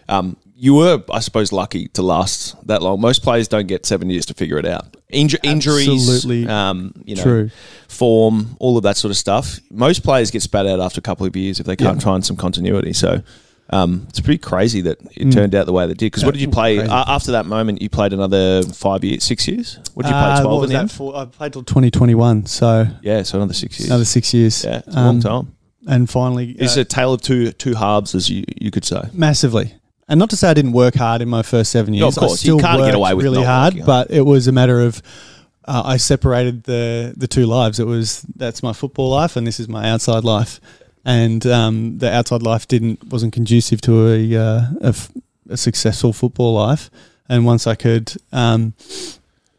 Speaker 5: um, you were, I suppose, lucky to last that long. Most players don't get seven years to figure it out. Inju- injuries,
Speaker 7: Absolutely
Speaker 5: um, you know,
Speaker 7: true.
Speaker 5: form, all of that sort of stuff. Most players get spat out after a couple of years if they can't find some continuity. So. Um, it's pretty crazy that it
Speaker 7: Mm.
Speaker 5: turned out the way that it did. Because what did you play a- after that moment? You played another five years, six years. What did you play?
Speaker 7: Uh,
Speaker 5: Twelve
Speaker 7: what was
Speaker 5: in the end?
Speaker 7: that for? I played till twenty twenty one, so
Speaker 5: Yeah, so another six years.
Speaker 7: another six years.
Speaker 5: yeah, it's a
Speaker 7: Um,
Speaker 5: long time.
Speaker 7: And finally,
Speaker 5: It's
Speaker 7: uh,
Speaker 5: a tale of two two halves, as you, you could say.
Speaker 7: massively. And not to say I didn't work hard in my first seven years.
Speaker 5: No, of course,
Speaker 7: I still
Speaker 5: you can't get
Speaker 7: worked
Speaker 5: away with
Speaker 7: really
Speaker 5: not
Speaker 7: hard,
Speaker 5: working hard.
Speaker 7: but it was a matter of uh, I separated the the two lives. It was that's my football life and this is my outside life, and um, the outside life didn't wasn't conducive to a, uh, a, f- a successful football life. And once I could um,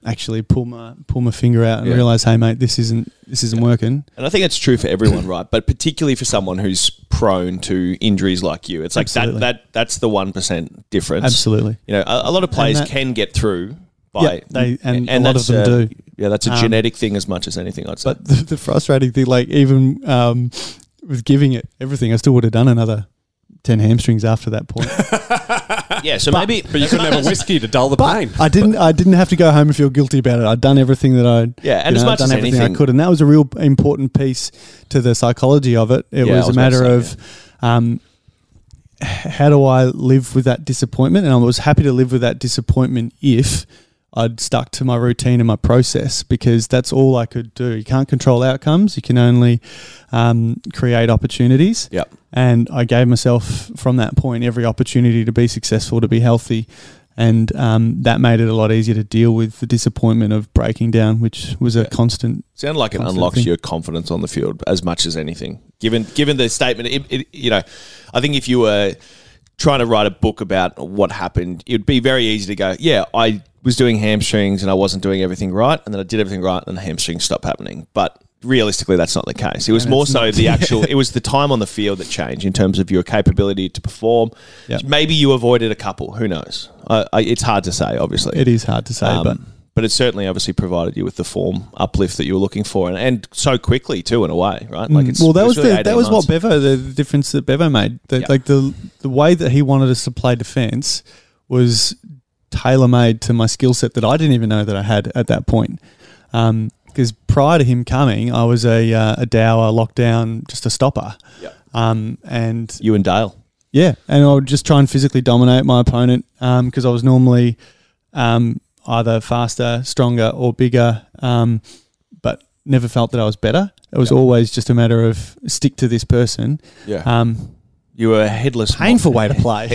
Speaker 7: actually pull my pull my finger out and
Speaker 5: Yeah.
Speaker 7: realize, hey mate, this isn't this isn't working.
Speaker 5: And I think that's true for everyone, *coughs* right? But particularly for someone who's prone to injuries like you, it's like that,
Speaker 7: Absolutely.
Speaker 5: that that's the one percent difference.
Speaker 7: Absolutely.
Speaker 5: You know, a, a lot of players
Speaker 7: that-
Speaker 5: can get through by
Speaker 7: Yeah, they- and a lot of
Speaker 5: that's
Speaker 7: them
Speaker 5: a-
Speaker 7: do.
Speaker 5: Yeah, that's a
Speaker 7: Um,
Speaker 5: genetic thing as much as anything. I'd say.
Speaker 7: But the, the frustrating thing, like even um, with giving it everything, I still would have done another ten hamstrings after
Speaker 5: *laughs*
Speaker 7: that point.
Speaker 5: yeah, so maybe
Speaker 4: But you couldn't have a whiskey to dull the pain.
Speaker 7: I didn't. I didn't have to go home and feel guilty about it. I'd done everything that I
Speaker 5: Yeah, and
Speaker 7: you
Speaker 5: as
Speaker 7: know,
Speaker 5: much
Speaker 7: I'd
Speaker 5: as
Speaker 7: done everything
Speaker 5: anything-
Speaker 7: I could, and that was a real important piece to the psychology of it. It
Speaker 5: Yeah, I
Speaker 7: was,
Speaker 5: was
Speaker 7: a
Speaker 5: about to
Speaker 7: matter
Speaker 5: say,
Speaker 7: of. Um, h- how do I live with that disappointment? And I was happy to live with that disappointment if I'd stuck to my routine and my process because that's all I could do. You can't control outcomes; you can only um, create opportunities.
Speaker 5: Yep.
Speaker 7: And I gave myself from that point every opportunity to be successful, to be healthy, and um, that made it a lot easier to deal with the disappointment of breaking down, which was a constant.
Speaker 5: Sounded like it
Speaker 7: Constant
Speaker 5: unlocks
Speaker 7: thing.
Speaker 5: your confidence on the field as much as anything. Given given the statement, it, it, you know, I think if you were trying to write a book about what happened, it'd be very easy to go, yeah, I was doing hamstrings and I wasn't doing everything right, and then I did everything right, and the hamstrings stopped happening. But realistically, that's not the case. It was more so *laughs* the actual. It was the time on the field that changed in terms of your capability to perform.
Speaker 7: Yeah.
Speaker 5: Maybe you avoided a couple. Who knows? I, I, it's hard to say. Obviously,
Speaker 7: It is hard to say,
Speaker 5: um,
Speaker 7: but
Speaker 5: but it certainly obviously provided you with the form uplift that you were looking for, and, and so quickly too, in a way, right? Like it's
Speaker 7: Mm, well, that
Speaker 5: it's
Speaker 7: was
Speaker 5: really
Speaker 7: the,
Speaker 5: 18
Speaker 7: that was
Speaker 5: months.
Speaker 7: what Bevo the difference that Bevo made. That
Speaker 5: Yeah.
Speaker 7: like the the way that he wanted us to play defense was tailor made to my skill set that I didn't even know that I had at that point. Because prior to him coming, I was a uh, a dower lockdown, just a stopper. Um, and
Speaker 5: you and Dale.
Speaker 7: yeah, and I would just try and physically dominate my opponent because I was normally um, either faster, stronger, or bigger, um, but never felt that I was better. It was always just a matter of stick to this person.
Speaker 5: Yeah.
Speaker 7: Um,
Speaker 5: You were a headless.
Speaker 7: Painful *laughs* way to play.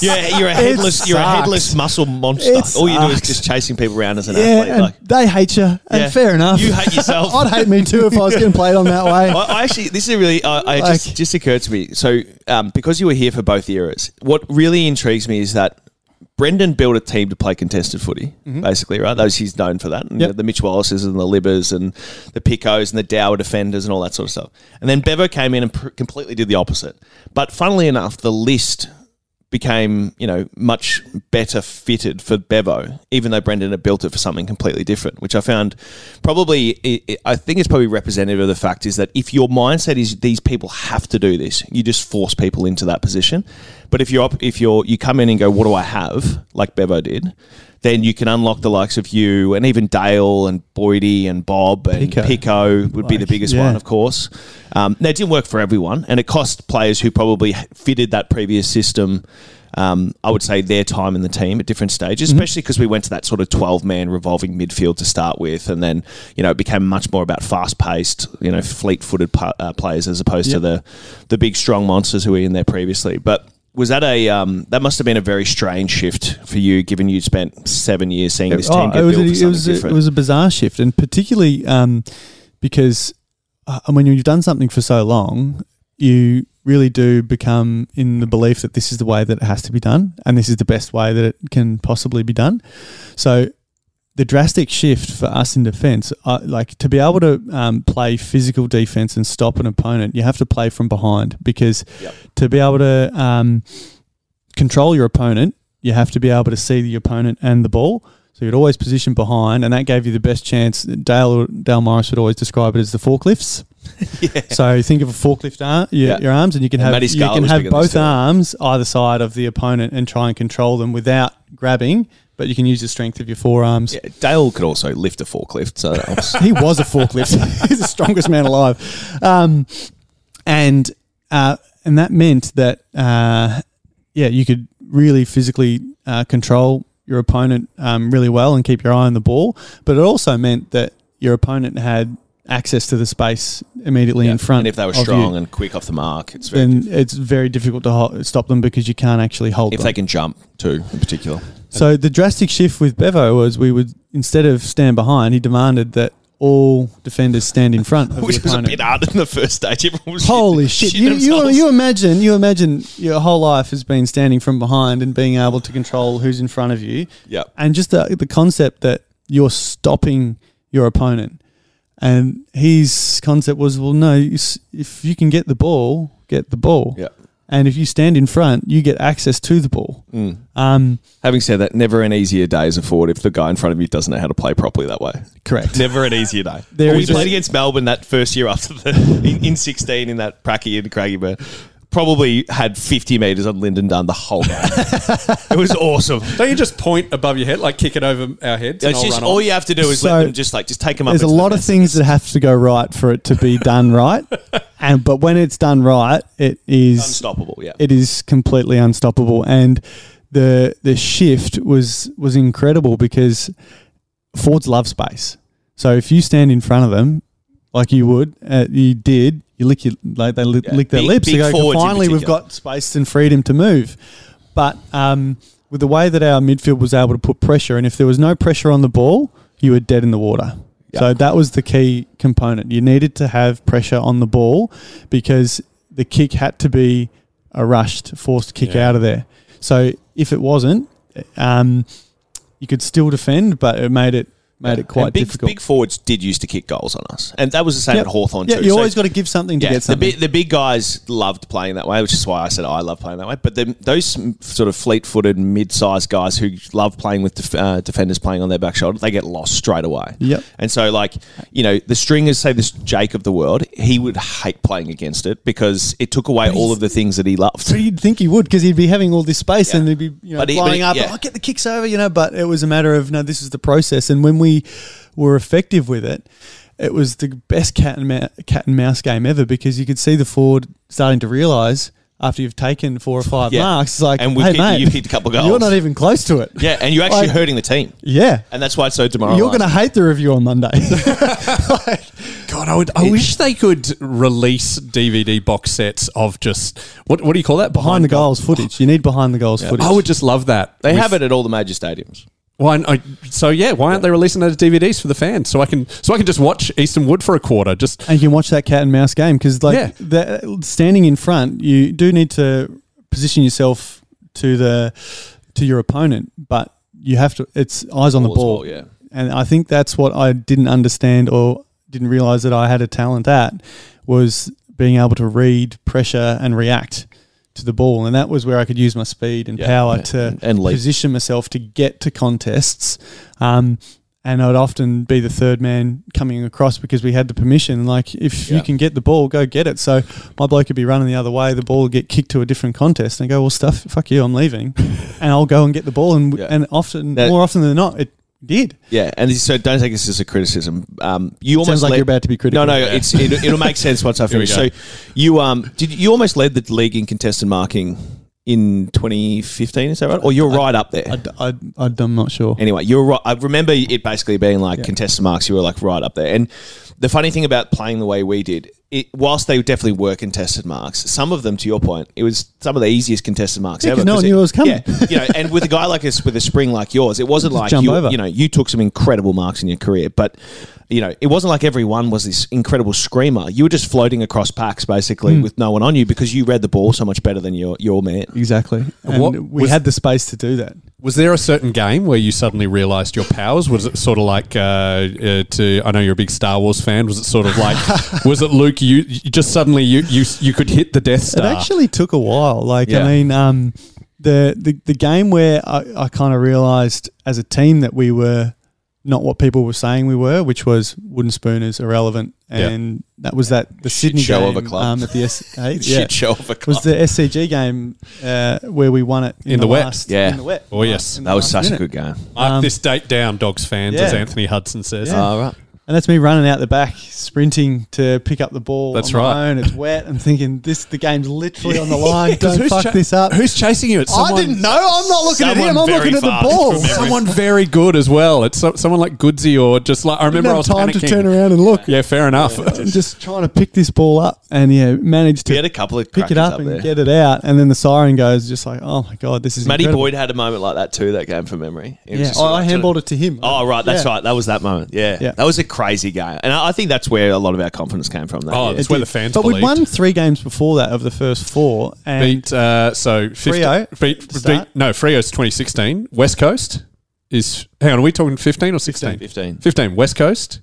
Speaker 5: Yeah, *laughs* you're a
Speaker 7: It
Speaker 5: headless. You're a
Speaker 7: sucks.
Speaker 5: headless muscle monster.
Speaker 7: It
Speaker 5: All you do is
Speaker 7: sucks.
Speaker 5: just chasing people around as an
Speaker 7: Yeah,
Speaker 5: athlete.
Speaker 7: and
Speaker 5: Like,
Speaker 7: they hate you, and
Speaker 5: Yeah.
Speaker 7: fair enough.
Speaker 5: You hate yourself.
Speaker 7: *laughs* I'd hate me too if I was getting played on that
Speaker 5: *laughs*
Speaker 7: way.
Speaker 5: I, I actually, this is really, uh, I, I
Speaker 7: Like-
Speaker 5: just, just occurred to me. So, um, because you were here for both eras, what really intrigues me is that Brendan built a team to play contested footy, basically, right? Those he's known for that. And
Speaker 7: Mm-hmm. Yep.
Speaker 5: The, Mitch Wallaces and the Libbers and the Pickos and the Dower defenders and all that sort of stuff. And then Bevo came in and pr- completely did the opposite. But funnily enough, the list became, you know, much better fitted for Bevo, even though Brendan had built it for something completely different, which I found probably, i- i- I think it's probably representative of the fact is that if your mindset is these people have to do this, you just force people into that position. But if you're up, if you're, you come in and go, what do I have? Like Bevo did, then you can unlock the likes of you and even Dale and Boydie and Bob and
Speaker 7: Pico.
Speaker 5: Pico, would be the
Speaker 7: Like,
Speaker 5: biggest
Speaker 7: yeah.
Speaker 5: one, of of course. Um, now, it didn't work for everyone, and it cost players who probably fitted that previous system, um, I would say, their time in the team at different stages,
Speaker 7: Mm-hmm.
Speaker 5: especially because we went to that sort of 12 man revolving midfield to start with. And then, you know, it became much more about fast paced, you know, fleet footed pa- uh, players as opposed to the, the big, strong monsters who were in there previously. But was that a um, that must have been a very strange shift for you, given you'd spent seven years seeing this team
Speaker 7: Oh,
Speaker 5: get
Speaker 7: it
Speaker 5: built
Speaker 7: was,
Speaker 5: for
Speaker 7: a, it,
Speaker 5: something
Speaker 7: was a, it
Speaker 5: different?
Speaker 7: was a bizarre shift, and particularly um, because uh, when you've done something for so long, you really do become in the belief that this is the way that it has to be done, and this is the best way that it can possibly be done. So the drastic shift for us in defence, uh, like to be able to um, play physical defence and stop an opponent, you have to play from behind because to be able to um, control your opponent, you have to be able to see the opponent and the ball. So you'd always position behind, and that gave you the best chance. Dale Dale Morris would always describe it as the forklifts. So think of a forklift arm, your,
Speaker 5: Yeah.
Speaker 7: your arms, and you can
Speaker 5: And
Speaker 7: have
Speaker 5: Matty
Speaker 7: you
Speaker 5: Scarlett
Speaker 7: can
Speaker 5: was
Speaker 7: have
Speaker 5: big on this
Speaker 7: both
Speaker 5: too.
Speaker 7: arms either side of the opponent and try and control them without grabbing. But you can use the strength of your forearms.
Speaker 5: Yeah, Dale could also lift a forklift, so that helps.
Speaker 7: he was
Speaker 5: *laughs*
Speaker 7: a forklift. *laughs* He's the strongest man alive. Um, and uh, and that meant that uh, yeah, you could really physically uh, control your opponent um, really well and keep your eye on the ball. But it also meant that your opponent had access to the space immediately in front.
Speaker 5: And if they were
Speaker 7: of you.
Speaker 5: strong and quick off the mark, it's very
Speaker 7: then it's very difficult to ho- stop them because you can't actually hold
Speaker 5: if
Speaker 7: them.
Speaker 5: they can jump too, in particular.
Speaker 7: So the drastic shift with Bevo was we would instead of stand behind, he demanded that all defenders stand in front of
Speaker 5: Which
Speaker 7: the
Speaker 5: was a
Speaker 7: opponent.
Speaker 5: bit hard in the first stage. Everyone was
Speaker 7: Holy
Speaker 5: shitting-
Speaker 7: shit!
Speaker 5: shitting
Speaker 7: You, you,
Speaker 5: themselves.
Speaker 7: you imagine you imagine your whole life has been standing from behind and being able to control who's in front of you.
Speaker 5: Yep.
Speaker 7: And just the, the concept that you're stopping your opponent, and his concept was, well, no, you s- if you can get the ball, get the ball.
Speaker 5: Yep.
Speaker 7: And if you stand in front, you get access to the ball. Um,
Speaker 5: Having said that, never an easier day as a forward if the guy in front of you doesn't know how to play properly that way.
Speaker 7: correct.
Speaker 5: Never an easier day.
Speaker 7: There
Speaker 5: Well, we
Speaker 7: is a-
Speaker 5: played against Melbourne that first year after the in, in sixteen in that pracky and craggy burn. Probably had fifty meters on Lyndon Dunn the whole
Speaker 7: *laughs*
Speaker 5: game. it was awesome.
Speaker 4: Don't you just point above your head, like kick it over our heads? and
Speaker 5: It's
Speaker 4: I'll
Speaker 5: just
Speaker 4: run
Speaker 5: all
Speaker 4: on?
Speaker 5: you have to do is
Speaker 7: So-
Speaker 5: let them just like just take them up.
Speaker 7: There's a
Speaker 5: into the
Speaker 7: lot of
Speaker 5: net.
Speaker 7: things that have to go right for it to be
Speaker 5: *laughs*
Speaker 7: done right, and but when it's done right, it is
Speaker 5: unstoppable. Yeah,
Speaker 7: it is completely unstoppable and the the shift was was incredible because Fords love space. So if you stand in front of them like you would, uh, you did, you lick your like they li- lick their
Speaker 5: Big-
Speaker 7: lips.
Speaker 5: big
Speaker 7: They go,
Speaker 5: forwards in
Speaker 7: finally, we've
Speaker 5: particular."
Speaker 7: got space and freedom to move. But um, with the way that our midfield was able to put pressure, and if there was no pressure on the ball, you were dead in the water. So that was the key component. You needed to have pressure on the ball because the kick had to be a rushed, forced kick out of there. So if it wasn't, um, you could still defend, but it made it made it quite
Speaker 5: And big,
Speaker 7: difficult.
Speaker 5: Big forwards did used to kick goals on us, and that was the same
Speaker 7: Yep.
Speaker 5: at Hawthorn
Speaker 7: Yeah,
Speaker 5: too.
Speaker 7: you
Speaker 5: So-
Speaker 7: always got to give something to
Speaker 5: yeah,
Speaker 7: get
Speaker 5: the
Speaker 7: something.
Speaker 5: big, the big guys loved playing that way, which is why I said I love playing that way. But then those sort of fleet-footed, mid-sized guys who love playing with def- uh, defenders playing on their back shoulder, they get lost straight away.
Speaker 7: Yep.
Speaker 5: And so, like you know, the stringers say this Jake of the world, he would hate playing against it because it took away all of the things that he loved.
Speaker 7: *laughs* but you'd think he would because he'd be having all this space and
Speaker 5: Yeah.
Speaker 7: he'd be you know,
Speaker 5: But he- but
Speaker 7: flying
Speaker 5: he-
Speaker 7: up.
Speaker 5: yeah.
Speaker 7: Oh, get the kicks over, you know. But it was a matter of no, this is the process. And when we were effective with it, it was the best cat and ma- cat and mouse game ever because you could see the forward starting to realise after you've taken four or five
Speaker 5: Yeah.
Speaker 7: marks, it's like,
Speaker 5: And we've
Speaker 7: hey,
Speaker 5: kicked-
Speaker 7: mate,
Speaker 5: you've kicked a couple goals.
Speaker 7: You're not even close to it.
Speaker 5: Yeah, and you're actually
Speaker 7: Like-
Speaker 5: hurting the team.
Speaker 7: Yeah.
Speaker 5: And that's why it's so demoralizing.
Speaker 7: You're going to hate the review on Monday. *laughs*
Speaker 4: *laughs* God, I, would, I wish they could release DVD box sets of just what what do you call that
Speaker 7: behind the goals footage. You need behind the goals footage.
Speaker 4: I would just love that.
Speaker 5: They
Speaker 4: With-
Speaker 5: have it at all the major stadiums.
Speaker 4: Why? I, so yeah, why aren't they releasing those DVDs for the fans? So I can so I can just watch Easton Wood for a quarter. Just
Speaker 7: and you can watch that cat and mouse game because like
Speaker 4: Yeah.
Speaker 7: the, standing in front you do need to position yourself to the to your opponent but you have to it's eyes on the
Speaker 5: Ball as
Speaker 7: ball
Speaker 5: well, yeah.
Speaker 7: and i think that's what i didn't understand or didn't realize that i had a talent at was being able to read pressure and react to the ball and that was where i could use my speed and power
Speaker 5: yeah,
Speaker 7: to
Speaker 5: and- and leap.
Speaker 7: position myself to get to contests um, and I'd often be the third man coming across because we had the permission. Like, if you can get the ball, go get it. So my bloke would be running the other way, the ball would get kicked to a different contest, and I go, "Well, stuff, fuck you, I'm leaving," and I'll go and get the ball. And
Speaker 5: Yeah.
Speaker 7: and often,
Speaker 5: That-
Speaker 7: more often than not, it did.
Speaker 5: Yeah, and this- so don't take this as a criticism. Um, you almost
Speaker 7: Sounds like
Speaker 5: led-
Speaker 7: you're about to be critical.
Speaker 5: No, no, it's it, it'll make sense once
Speaker 7: *laughs*
Speaker 5: I finish. So, you um, did you almost led the league in contested marking in 2015? Is that right? Or you're right up there.
Speaker 7: I, I, I, am not sure.
Speaker 5: Anyway, you're right. I remember it basically being like contested marks. You were like right up there. And the funny thing about playing the way we did, it, whilst they definitely were contested marks, some of them, to your point, it was some of the easiest contested marks
Speaker 7: Yeah, 'cause
Speaker 5: ever.
Speaker 7: no one
Speaker 5: 'cause
Speaker 7: knew it was coming.
Speaker 5: Yeah, you know, and with a guy like us with a spring like yours, it wasn't
Speaker 7: Just
Speaker 5: like
Speaker 7: jump
Speaker 5: you,
Speaker 7: over.
Speaker 5: you know you took some incredible marks in your career, but you know it wasn't like everyone was this incredible screamer. You were just floating across packs
Speaker 7: Hmm.
Speaker 5: basically with no one on you because you read the ball so much better than your your man.
Speaker 7: Exactly. And
Speaker 4: What
Speaker 7: we
Speaker 4: was-
Speaker 7: had the space to do that.
Speaker 4: was there a certain game where you suddenly realised your powers? Was it sort of like uh, uh, to? I know you're a big Star Wars fan. Was it sort of like
Speaker 7: *laughs*
Speaker 4: was it Luke? You, you just suddenly you, you you could hit the Death
Speaker 5: Uh,
Speaker 4: Star.
Speaker 7: It actually took a while. Like
Speaker 4: Yeah.
Speaker 7: I mean, um, the, the the game where I, I kind of realised as a team that we were not what people were saying we were, which was wooden spooners, irrelevant,
Speaker 4: Yeah.
Speaker 7: and that was that the Sydney
Speaker 5: show of
Speaker 7: game
Speaker 5: a club.
Speaker 7: Um, at the S-
Speaker 5: *laughs*
Speaker 7: eh?
Speaker 5: Shit
Speaker 7: yeah.
Speaker 5: show of a club.
Speaker 7: was the SCG game uh, where we won it in,
Speaker 4: the wet.
Speaker 7: last-
Speaker 5: Yeah.
Speaker 7: in the wet.
Speaker 4: Oh, yes.
Speaker 7: In the
Speaker 5: that was
Speaker 7: last
Speaker 5: such a
Speaker 7: minute.
Speaker 5: good game.
Speaker 4: Mark this date down, dogs fans, as
Speaker 7: um, Yeah.
Speaker 4: Anthony Hudson says.
Speaker 7: Yeah.
Speaker 5: All right.
Speaker 7: And that's me running out the back, sprinting to pick up the ball.
Speaker 4: That's
Speaker 7: on
Speaker 4: right.
Speaker 7: My own. It's wet. I'm thinking this. The game's
Speaker 5: *laughs*
Speaker 7: literally on the line.
Speaker 4: Oh, 'Cause
Speaker 7: Don't
Speaker 4: who's
Speaker 7: fuck
Speaker 4: cha-
Speaker 7: this up.
Speaker 4: Who's chasing you? It's someone,
Speaker 7: I didn't know. I'm not looking at him. I'm
Speaker 6: someone very
Speaker 7: looking at the
Speaker 6: fast
Speaker 7: ball.
Speaker 6: from every-
Speaker 4: Someone very good as well. It's so, someone like Goodsy or just like I remember I
Speaker 7: have
Speaker 4: was
Speaker 7: time
Speaker 4: panicking.
Speaker 7: to turn around and look.
Speaker 4: Yeah, fair enough.
Speaker 7: I'm just trying to pick this ball up, and yeah, managed
Speaker 5: We
Speaker 7: to
Speaker 5: had a couple of
Speaker 7: pick
Speaker 5: crackers
Speaker 7: it up,
Speaker 5: up
Speaker 7: and
Speaker 5: there.
Speaker 7: get it out. And then the siren goes, just like, oh my god, this is
Speaker 5: Matty
Speaker 7: incredible.
Speaker 5: Boyd had a moment like that too. That game from memory. It was
Speaker 7: Yeah,
Speaker 5: just
Speaker 7: oh,
Speaker 5: sort of
Speaker 7: I
Speaker 5: like-
Speaker 7: handballed it to him.
Speaker 5: Oh right, that's
Speaker 7: Yeah.
Speaker 5: right. That was that moment. Yeah.
Speaker 7: Yeah.
Speaker 5: that was a crazy game, and I I think that's where a lot of our confidence came from. That
Speaker 4: Oh,
Speaker 5: year.
Speaker 4: that's where the fans
Speaker 7: But we
Speaker 4: believed.
Speaker 7: won three games before that of the first four, and
Speaker 4: beat uh, so 50,
Speaker 7: Frio
Speaker 4: beat,
Speaker 7: to start.
Speaker 4: beat- no Frio's 2016. West Coast is hang on, are we talking 15 or 16?
Speaker 5: 15.
Speaker 4: 15. West Coast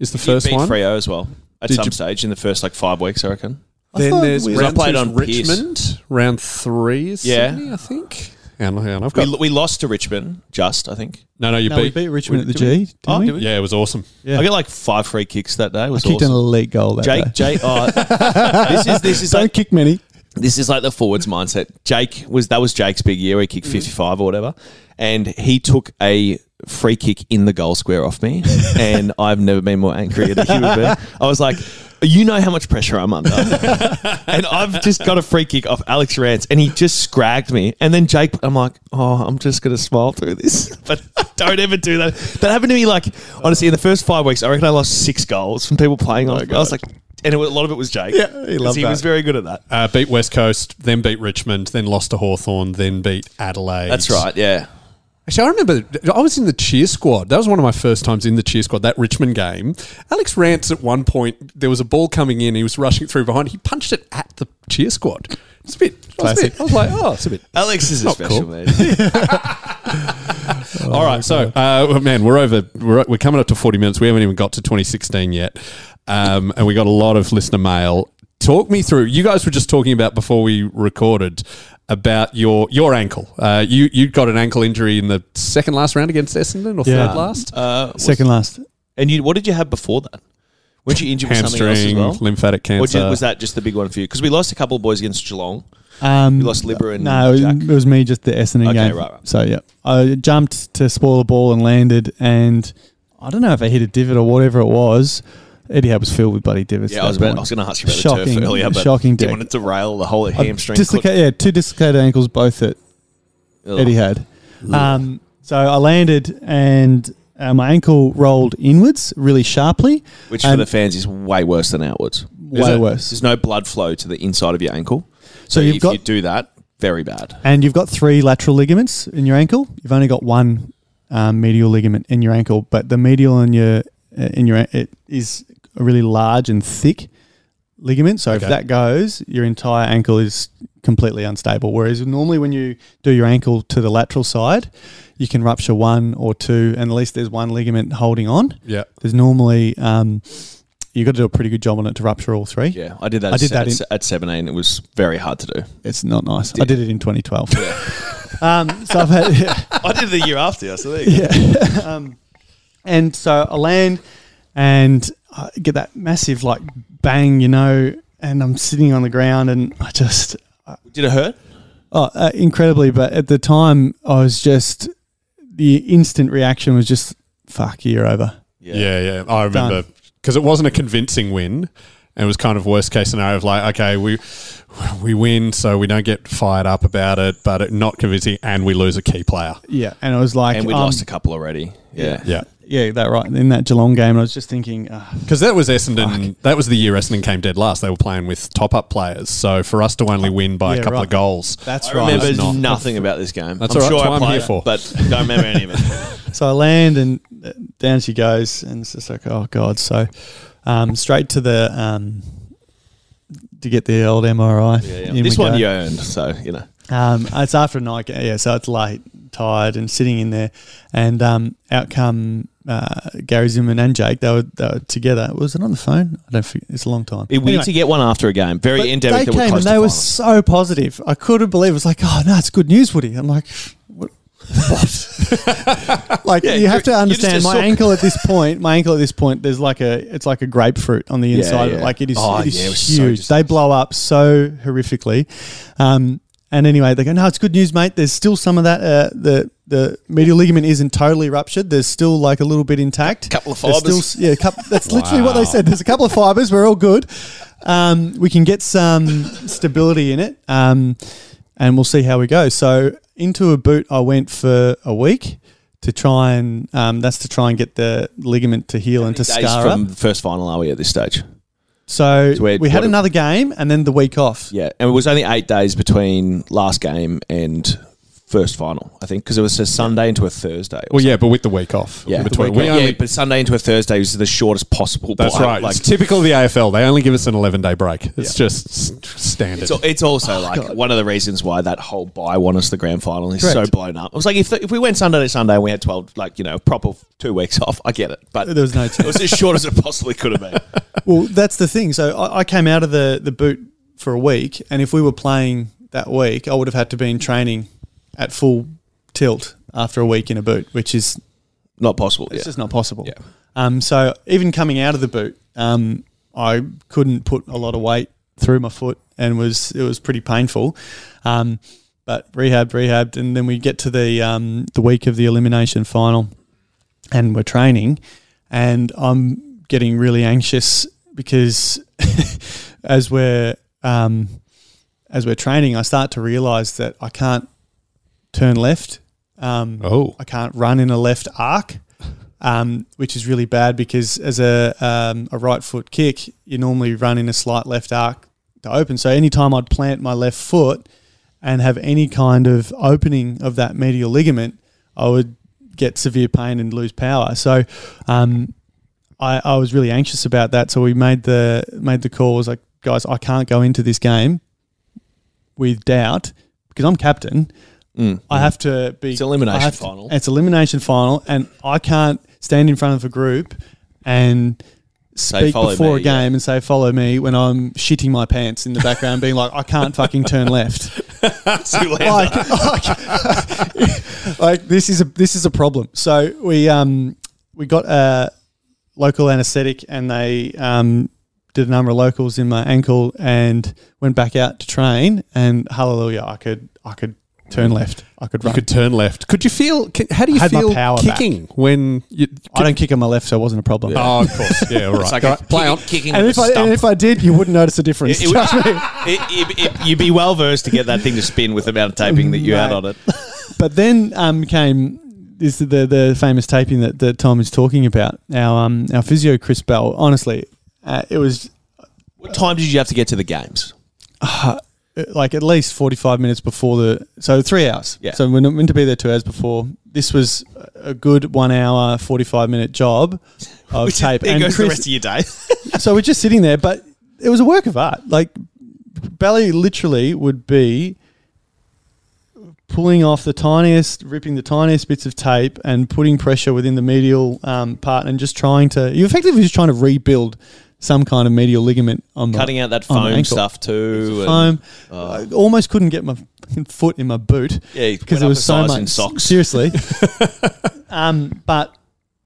Speaker 4: is the
Speaker 5: You
Speaker 4: first
Speaker 5: beat
Speaker 4: one.
Speaker 5: Freo as well at
Speaker 4: Did
Speaker 5: some
Speaker 4: you-
Speaker 5: stage in the first like five weeks, I reckon.
Speaker 4: Then
Speaker 7: thought
Speaker 4: there's
Speaker 7: we-
Speaker 4: round
Speaker 5: I played
Speaker 4: two's
Speaker 5: on Pierce.
Speaker 4: Richmond. Round three is
Speaker 5: Yeah.
Speaker 4: Sydney, I think. Hang on, hang on, I've
Speaker 5: We,
Speaker 4: got
Speaker 5: we lost to Richmond, just I think.
Speaker 4: no, no. You
Speaker 7: no, we
Speaker 4: beat,
Speaker 7: beat Richmond at the
Speaker 5: did we-
Speaker 7: G. Didn't
Speaker 5: Oh,
Speaker 7: we?
Speaker 5: did we?
Speaker 4: Yeah, it was awesome.
Speaker 7: Yeah.
Speaker 5: I got like five free kicks that day. It was
Speaker 7: Kicked an
Speaker 5: awesome.
Speaker 7: elite goal that day.
Speaker 5: Jake, Jake,
Speaker 7: *laughs*
Speaker 5: oh, this is this is
Speaker 7: Don't
Speaker 5: like,
Speaker 7: kick many.
Speaker 5: this is like the forwards mindset. Jake was that was Jake's big year. He kicked
Speaker 7: Mm-hmm.
Speaker 5: fifty five or whatever, and he took a free kick in the goal square off
Speaker 7: *laughs*
Speaker 5: me, and I've never been more angry at a human being. I was like. You know how much pressure I'm
Speaker 7: *laughs*
Speaker 5: under. and I've just got a free kick off Alex Rance, and he just scragged me. And then Jake, I'm like, oh, I'm just going to smile through this. *laughs* But don't ever do that. That happened to me, like, honestly, in the first five weeks, I reckon I lost six goals from people playing on it. I was like, and it, was- a lot of it was Jake.
Speaker 7: Oh Yeah, he
Speaker 5: 'Cause
Speaker 7: loved
Speaker 5: He
Speaker 7: that.
Speaker 5: was very good at that.
Speaker 4: Uh, beat West Coast, then beat Richmond, then lost to Hawthorn, then beat Adelaide.
Speaker 5: That's right. Yeah.
Speaker 4: Actually, I remember I was in the cheer squad. That was one of my first times in the cheer squad, that Richmond game. Alex Rance, at one point, there was a ball coming in. He was rushing through behind. He punched it at the cheer squad. It's a bit. I was, a bit- I was like, oh, it's a bit.
Speaker 5: Alex is a
Speaker 4: Not
Speaker 5: special
Speaker 4: cool.
Speaker 7: *laughs*
Speaker 5: *laughs* man.
Speaker 4: All right. So, uh, well, man, we're over. We're, we're coming up to 40 minutes. We haven't even got to 2016 yet. Um, and we got a lot of listener mail. Talk me through. You guys were just talking about before we recorded about your your ankle. Uh, you you got an ankle injury in the second last round against Essendon or
Speaker 7: Yeah.
Speaker 4: third last?
Speaker 5: Uh,
Speaker 7: Oh Second last.
Speaker 5: and you, what did you have before that? Weren't you injured with something else as
Speaker 4: hamstring,
Speaker 5: well?
Speaker 4: lymphatic
Speaker 5: Or
Speaker 4: cancer.
Speaker 5: did, was that just the big one for you? Because we lost a couple of boys against Geelong.
Speaker 7: Um,
Speaker 5: We lost Libra and
Speaker 7: no,
Speaker 5: Jack.
Speaker 7: it was me just the Essendon
Speaker 5: Okay,
Speaker 7: game.
Speaker 5: right, right.
Speaker 7: So yeah, I jumped to spoil the ball and landed, and I don't know if I hit a divot or whatever it was. Eddie Howe was filled with bloody divots.
Speaker 5: Yeah,
Speaker 7: at
Speaker 5: I was,
Speaker 7: that
Speaker 5: about,
Speaker 7: point.
Speaker 5: I was going to ask you about the
Speaker 7: Shocking-
Speaker 5: turf earlier, but
Speaker 7: shocking
Speaker 5: didn't
Speaker 7: dick.
Speaker 5: want to derail the whole
Speaker 7: Uh,
Speaker 5: hamstring.
Speaker 7: dislocate, yeah, two dislocated ankles, both that
Speaker 5: clip.
Speaker 7: Eddie had. Um, so I landed and uh, my ankle rolled inwards really sharply.
Speaker 5: Which for
Speaker 7: and
Speaker 5: the fans is way worse than outwards.
Speaker 7: Way
Speaker 5: There's no-
Speaker 7: worse.
Speaker 5: There's no blood flow to the inside of your ankle. So,
Speaker 7: you've
Speaker 5: if
Speaker 7: got-
Speaker 5: you do that, very bad.
Speaker 7: and you've got three lateral ligaments in your ankle. You've only got one um, medial ligament in your ankle, but the medial in your uh, in your it is a really large and thick ligament. So if that goes, your entire ankle is completely unstable. Whereas normally when you do your ankle to the lateral side, you can rupture one or two, and at least there's one ligament holding on.
Speaker 4: Yeah.
Speaker 7: There's normally um, you've got to do a pretty good job on it to rupture all three.
Speaker 5: Yeah, I did that.
Speaker 7: I
Speaker 5: at
Speaker 7: did
Speaker 5: se-
Speaker 7: that
Speaker 5: at,
Speaker 7: in-
Speaker 5: se- at 17. It was very hard to *laughs* do.
Speaker 7: It's not nice. I did it in 2012. *laughs* um, so I've had.
Speaker 6: I did it the year after. So there you go.
Speaker 7: And so I land and I get that massive like bang, you know, and I'm sitting on the ground and I just,
Speaker 5: Did it hurt?
Speaker 7: oh, uh, incredibly. But at the time, I was just, the instant reaction was just, fuck, you're over.
Speaker 4: Yeah, yeah. I remember because it wasn't a convincing win. and It was kind of worst case scenario of like, okay, we we win, so we don't get fired up about it, but it, not convincing, and we lose a key player.
Speaker 7: Yeah. And I was like,
Speaker 5: And we
Speaker 7: um,
Speaker 5: lost a couple already. Yeah.
Speaker 4: Yeah,
Speaker 7: yeah, that right. In that Geelong game, and I was just thinking, uh,
Speaker 4: because that was Essendon. That was the year Essendon came dead last. They were playing with top up players, so for us to only win by
Speaker 7: Yeah,
Speaker 4: a couple
Speaker 7: right.
Speaker 4: of goals,
Speaker 7: that's
Speaker 5: I
Speaker 7: right.
Speaker 5: remember
Speaker 4: That's not- *laughs*
Speaker 5: nothing about this game.
Speaker 4: That's
Speaker 5: I'm
Speaker 4: all right,
Speaker 5: sure
Speaker 4: that's
Speaker 5: I
Speaker 4: what I'm
Speaker 5: played
Speaker 4: here
Speaker 5: it,
Speaker 4: for.
Speaker 5: but don't remember any of
Speaker 4: *laughs*
Speaker 5: it.
Speaker 7: So I land and uh, down she goes, and it's just like, oh god. So um, straight to the um, to get the old MRI. In
Speaker 5: this
Speaker 7: we
Speaker 5: one
Speaker 7: go.
Speaker 5: you earned, so you know.
Speaker 7: Um, it's after a night, ga- yeah. So it's late, tired, and sitting in there, and um, out come uh, Gary Zimmerman and Jake. They were, they were together. Was it on the phone? I don't. Forget. It's a long time.
Speaker 5: It, we
Speaker 7: Anyway.
Speaker 5: need to get one after a game. Very
Speaker 7: But
Speaker 5: endemic.
Speaker 7: They
Speaker 5: that we're
Speaker 7: came and
Speaker 5: close
Speaker 7: they
Speaker 5: to
Speaker 7: were
Speaker 5: finals.
Speaker 7: so positive. I couldn't believe it. It's like, oh no, it's good news, Woody. I'm like,
Speaker 5: *laughs*
Speaker 7: what? *laughs* what? like you have to
Speaker 5: you're- you're just
Speaker 7: understand
Speaker 5: a
Speaker 7: my
Speaker 5: sook.
Speaker 7: ankle at this point. My ankle at this point, there's like a, it's like a grapefruit on the inside. of it.
Speaker 5: yeah.
Speaker 7: Like it is,
Speaker 5: Oh,
Speaker 7: it is
Speaker 5: yeah, it was so
Speaker 7: huge. they blow up so horrifically. Um, and anyway, they go, no, it's good news, mate. There's still some of that. Uh, the the medial ligament isn't totally ruptured. There's still like a little bit intact.
Speaker 5: Couple of
Speaker 7: There's still
Speaker 5: fibres.
Speaker 7: s- yeah, cup, that's literally what they said. There's a couple of fibers. We're all good. Um, we can get some stability in it, um, and we'll see how we go. So into a boot, I went for a week to try and um, that's to try and get the ligament to heal and to
Speaker 5: Days
Speaker 7: scar
Speaker 5: from
Speaker 7: up.
Speaker 5: the first final are we at this stage?
Speaker 7: So
Speaker 5: So we're-
Speaker 7: we had
Speaker 5: what-
Speaker 7: another game, and then the week off.
Speaker 5: Yeah, and it was only eight days between last game and first final, I think, because it was a Sunday into a Thursday. or
Speaker 4: Well, yeah, but with the week off,
Speaker 5: Yeah.
Speaker 4: between
Speaker 5: The
Speaker 4: we
Speaker 5: week-
Speaker 4: only.
Speaker 5: yeah, but Sunday into a Thursday was the shortest possible.
Speaker 4: that's
Speaker 5: block.
Speaker 4: right.
Speaker 5: Like,
Speaker 4: it's typical of the AFL. They only give us an eleven day break. It's just s- standard.
Speaker 5: so it's
Speaker 7: *laughs* Oh,
Speaker 5: also like one of the reasons why that whole buy won us the grand final is so
Speaker 7: Correct.
Speaker 5: blown up. I was like, if, if we went Sunday to Sunday and we had twelve, like you know, proper two weeks *laughs* off, I get it. But
Speaker 7: There was
Speaker 5: *laughs*
Speaker 7: no
Speaker 5: it was as short as it possibly could have been.
Speaker 7: Well, that's the thing. So I, I came out of the, the boot for a week, and if we were playing that week, I would have had to be in training at full tilt after a week in a boot, which is
Speaker 5: Not possible.
Speaker 7: it's
Speaker 5: yeah.
Speaker 7: just not possible.
Speaker 5: Yeah.
Speaker 7: Um, so even coming out of the boot, um, I couldn't put a lot of weight through my foot, and was it was pretty painful. Um, but rehabbed, rehabbed, and then we get to the um, the week of the elimination final, and we're training, and I'm getting really anxious because *laughs* as we're um, as we're training, I start to realise that I can't turn left. Um,
Speaker 4: Oh.
Speaker 7: I can't run in a left arc, um, which is really bad because as a um, a right foot kick, you normally run in a slight left arc to open. So anytime I'd plant my left foot and have any kind of opening of that medial ligament, I would get severe pain and lose power. So um, I, I was really anxious about that. So we made the made the call. I was like, guys, I can't go into this game with doubt because I'm captain. I have to be. It's
Speaker 5: Mm. elimination final.
Speaker 7: It's elimination final, and I can't stand in front of a group and speak
Speaker 5: "Follow
Speaker 7: before
Speaker 5: me,"
Speaker 7: a game
Speaker 5: yeah.
Speaker 7: and say "follow me" when I'm shitting my pants in the background, being like, "I can't fucking
Speaker 5: *laughs*
Speaker 7: turn left." *laughs* like, like, *laughs* like, this is a this is a problem. So we um we got a local anaesthetic and they um did a number of locals in my ankle and went back out to train and hallelujah I could I could turn left. I could
Speaker 4: You
Speaker 7: run.
Speaker 4: could turn left. Could you feel? Can, how do you
Speaker 7: I had my
Speaker 4: feel
Speaker 7: power back.
Speaker 4: kicking when you?
Speaker 7: I don't kick on my left, so it wasn't a problem.
Speaker 4: *laughs* Oh, of course. Yeah, all right.
Speaker 5: It's like
Speaker 4: All
Speaker 5: a
Speaker 4: right, play on.
Speaker 5: kicking
Speaker 7: And
Speaker 5: with
Speaker 7: if,
Speaker 5: a
Speaker 7: I, and
Speaker 5: stump.
Speaker 7: if I did, you wouldn't notice the difference.
Speaker 5: It would-
Speaker 7: *laughs* Trust me.
Speaker 5: It- it- it- you'd be well versed to get that thing to spin with the amount of taping that you had on it. *laughs*
Speaker 7: But then um, came this the the famous taping that, that Tom is talking about. Our um, our physio Chris Bell. Honestly, uh, it was
Speaker 5: What time did you have to get to the games?
Speaker 7: uh, like at least forty five minutes before the so three hours.
Speaker 5: Yeah.
Speaker 7: So we're not meant to be there two hours before. This was a good one hour forty five minute job of
Speaker 5: *laughs*
Speaker 7: tape.
Speaker 5: There
Speaker 7: And
Speaker 5: goes the
Speaker 7: Chris-
Speaker 5: rest of your
Speaker 7: *laughs*
Speaker 5: day.
Speaker 7: so we're just sitting there, but it was a work of art. Like Bally literally would be pulling off the tiniest, ripping the tiniest bits of tape and putting pressure within the medial um, part, and just trying to. You effectively just trying to rebuild some kind of medial ligament on the,
Speaker 5: Cutting out that
Speaker 7: on my
Speaker 5: foam
Speaker 7: ankle.
Speaker 5: stuff too. and- uh,
Speaker 7: Foam. I almost couldn't get my fucking foot in my boot.
Speaker 5: Yeah, you went
Speaker 7: because there
Speaker 5: up
Speaker 7: was
Speaker 5: a
Speaker 7: so
Speaker 5: size
Speaker 7: much
Speaker 5: in socks.
Speaker 7: *laughs* Seriously,
Speaker 5: *laughs*
Speaker 7: um, but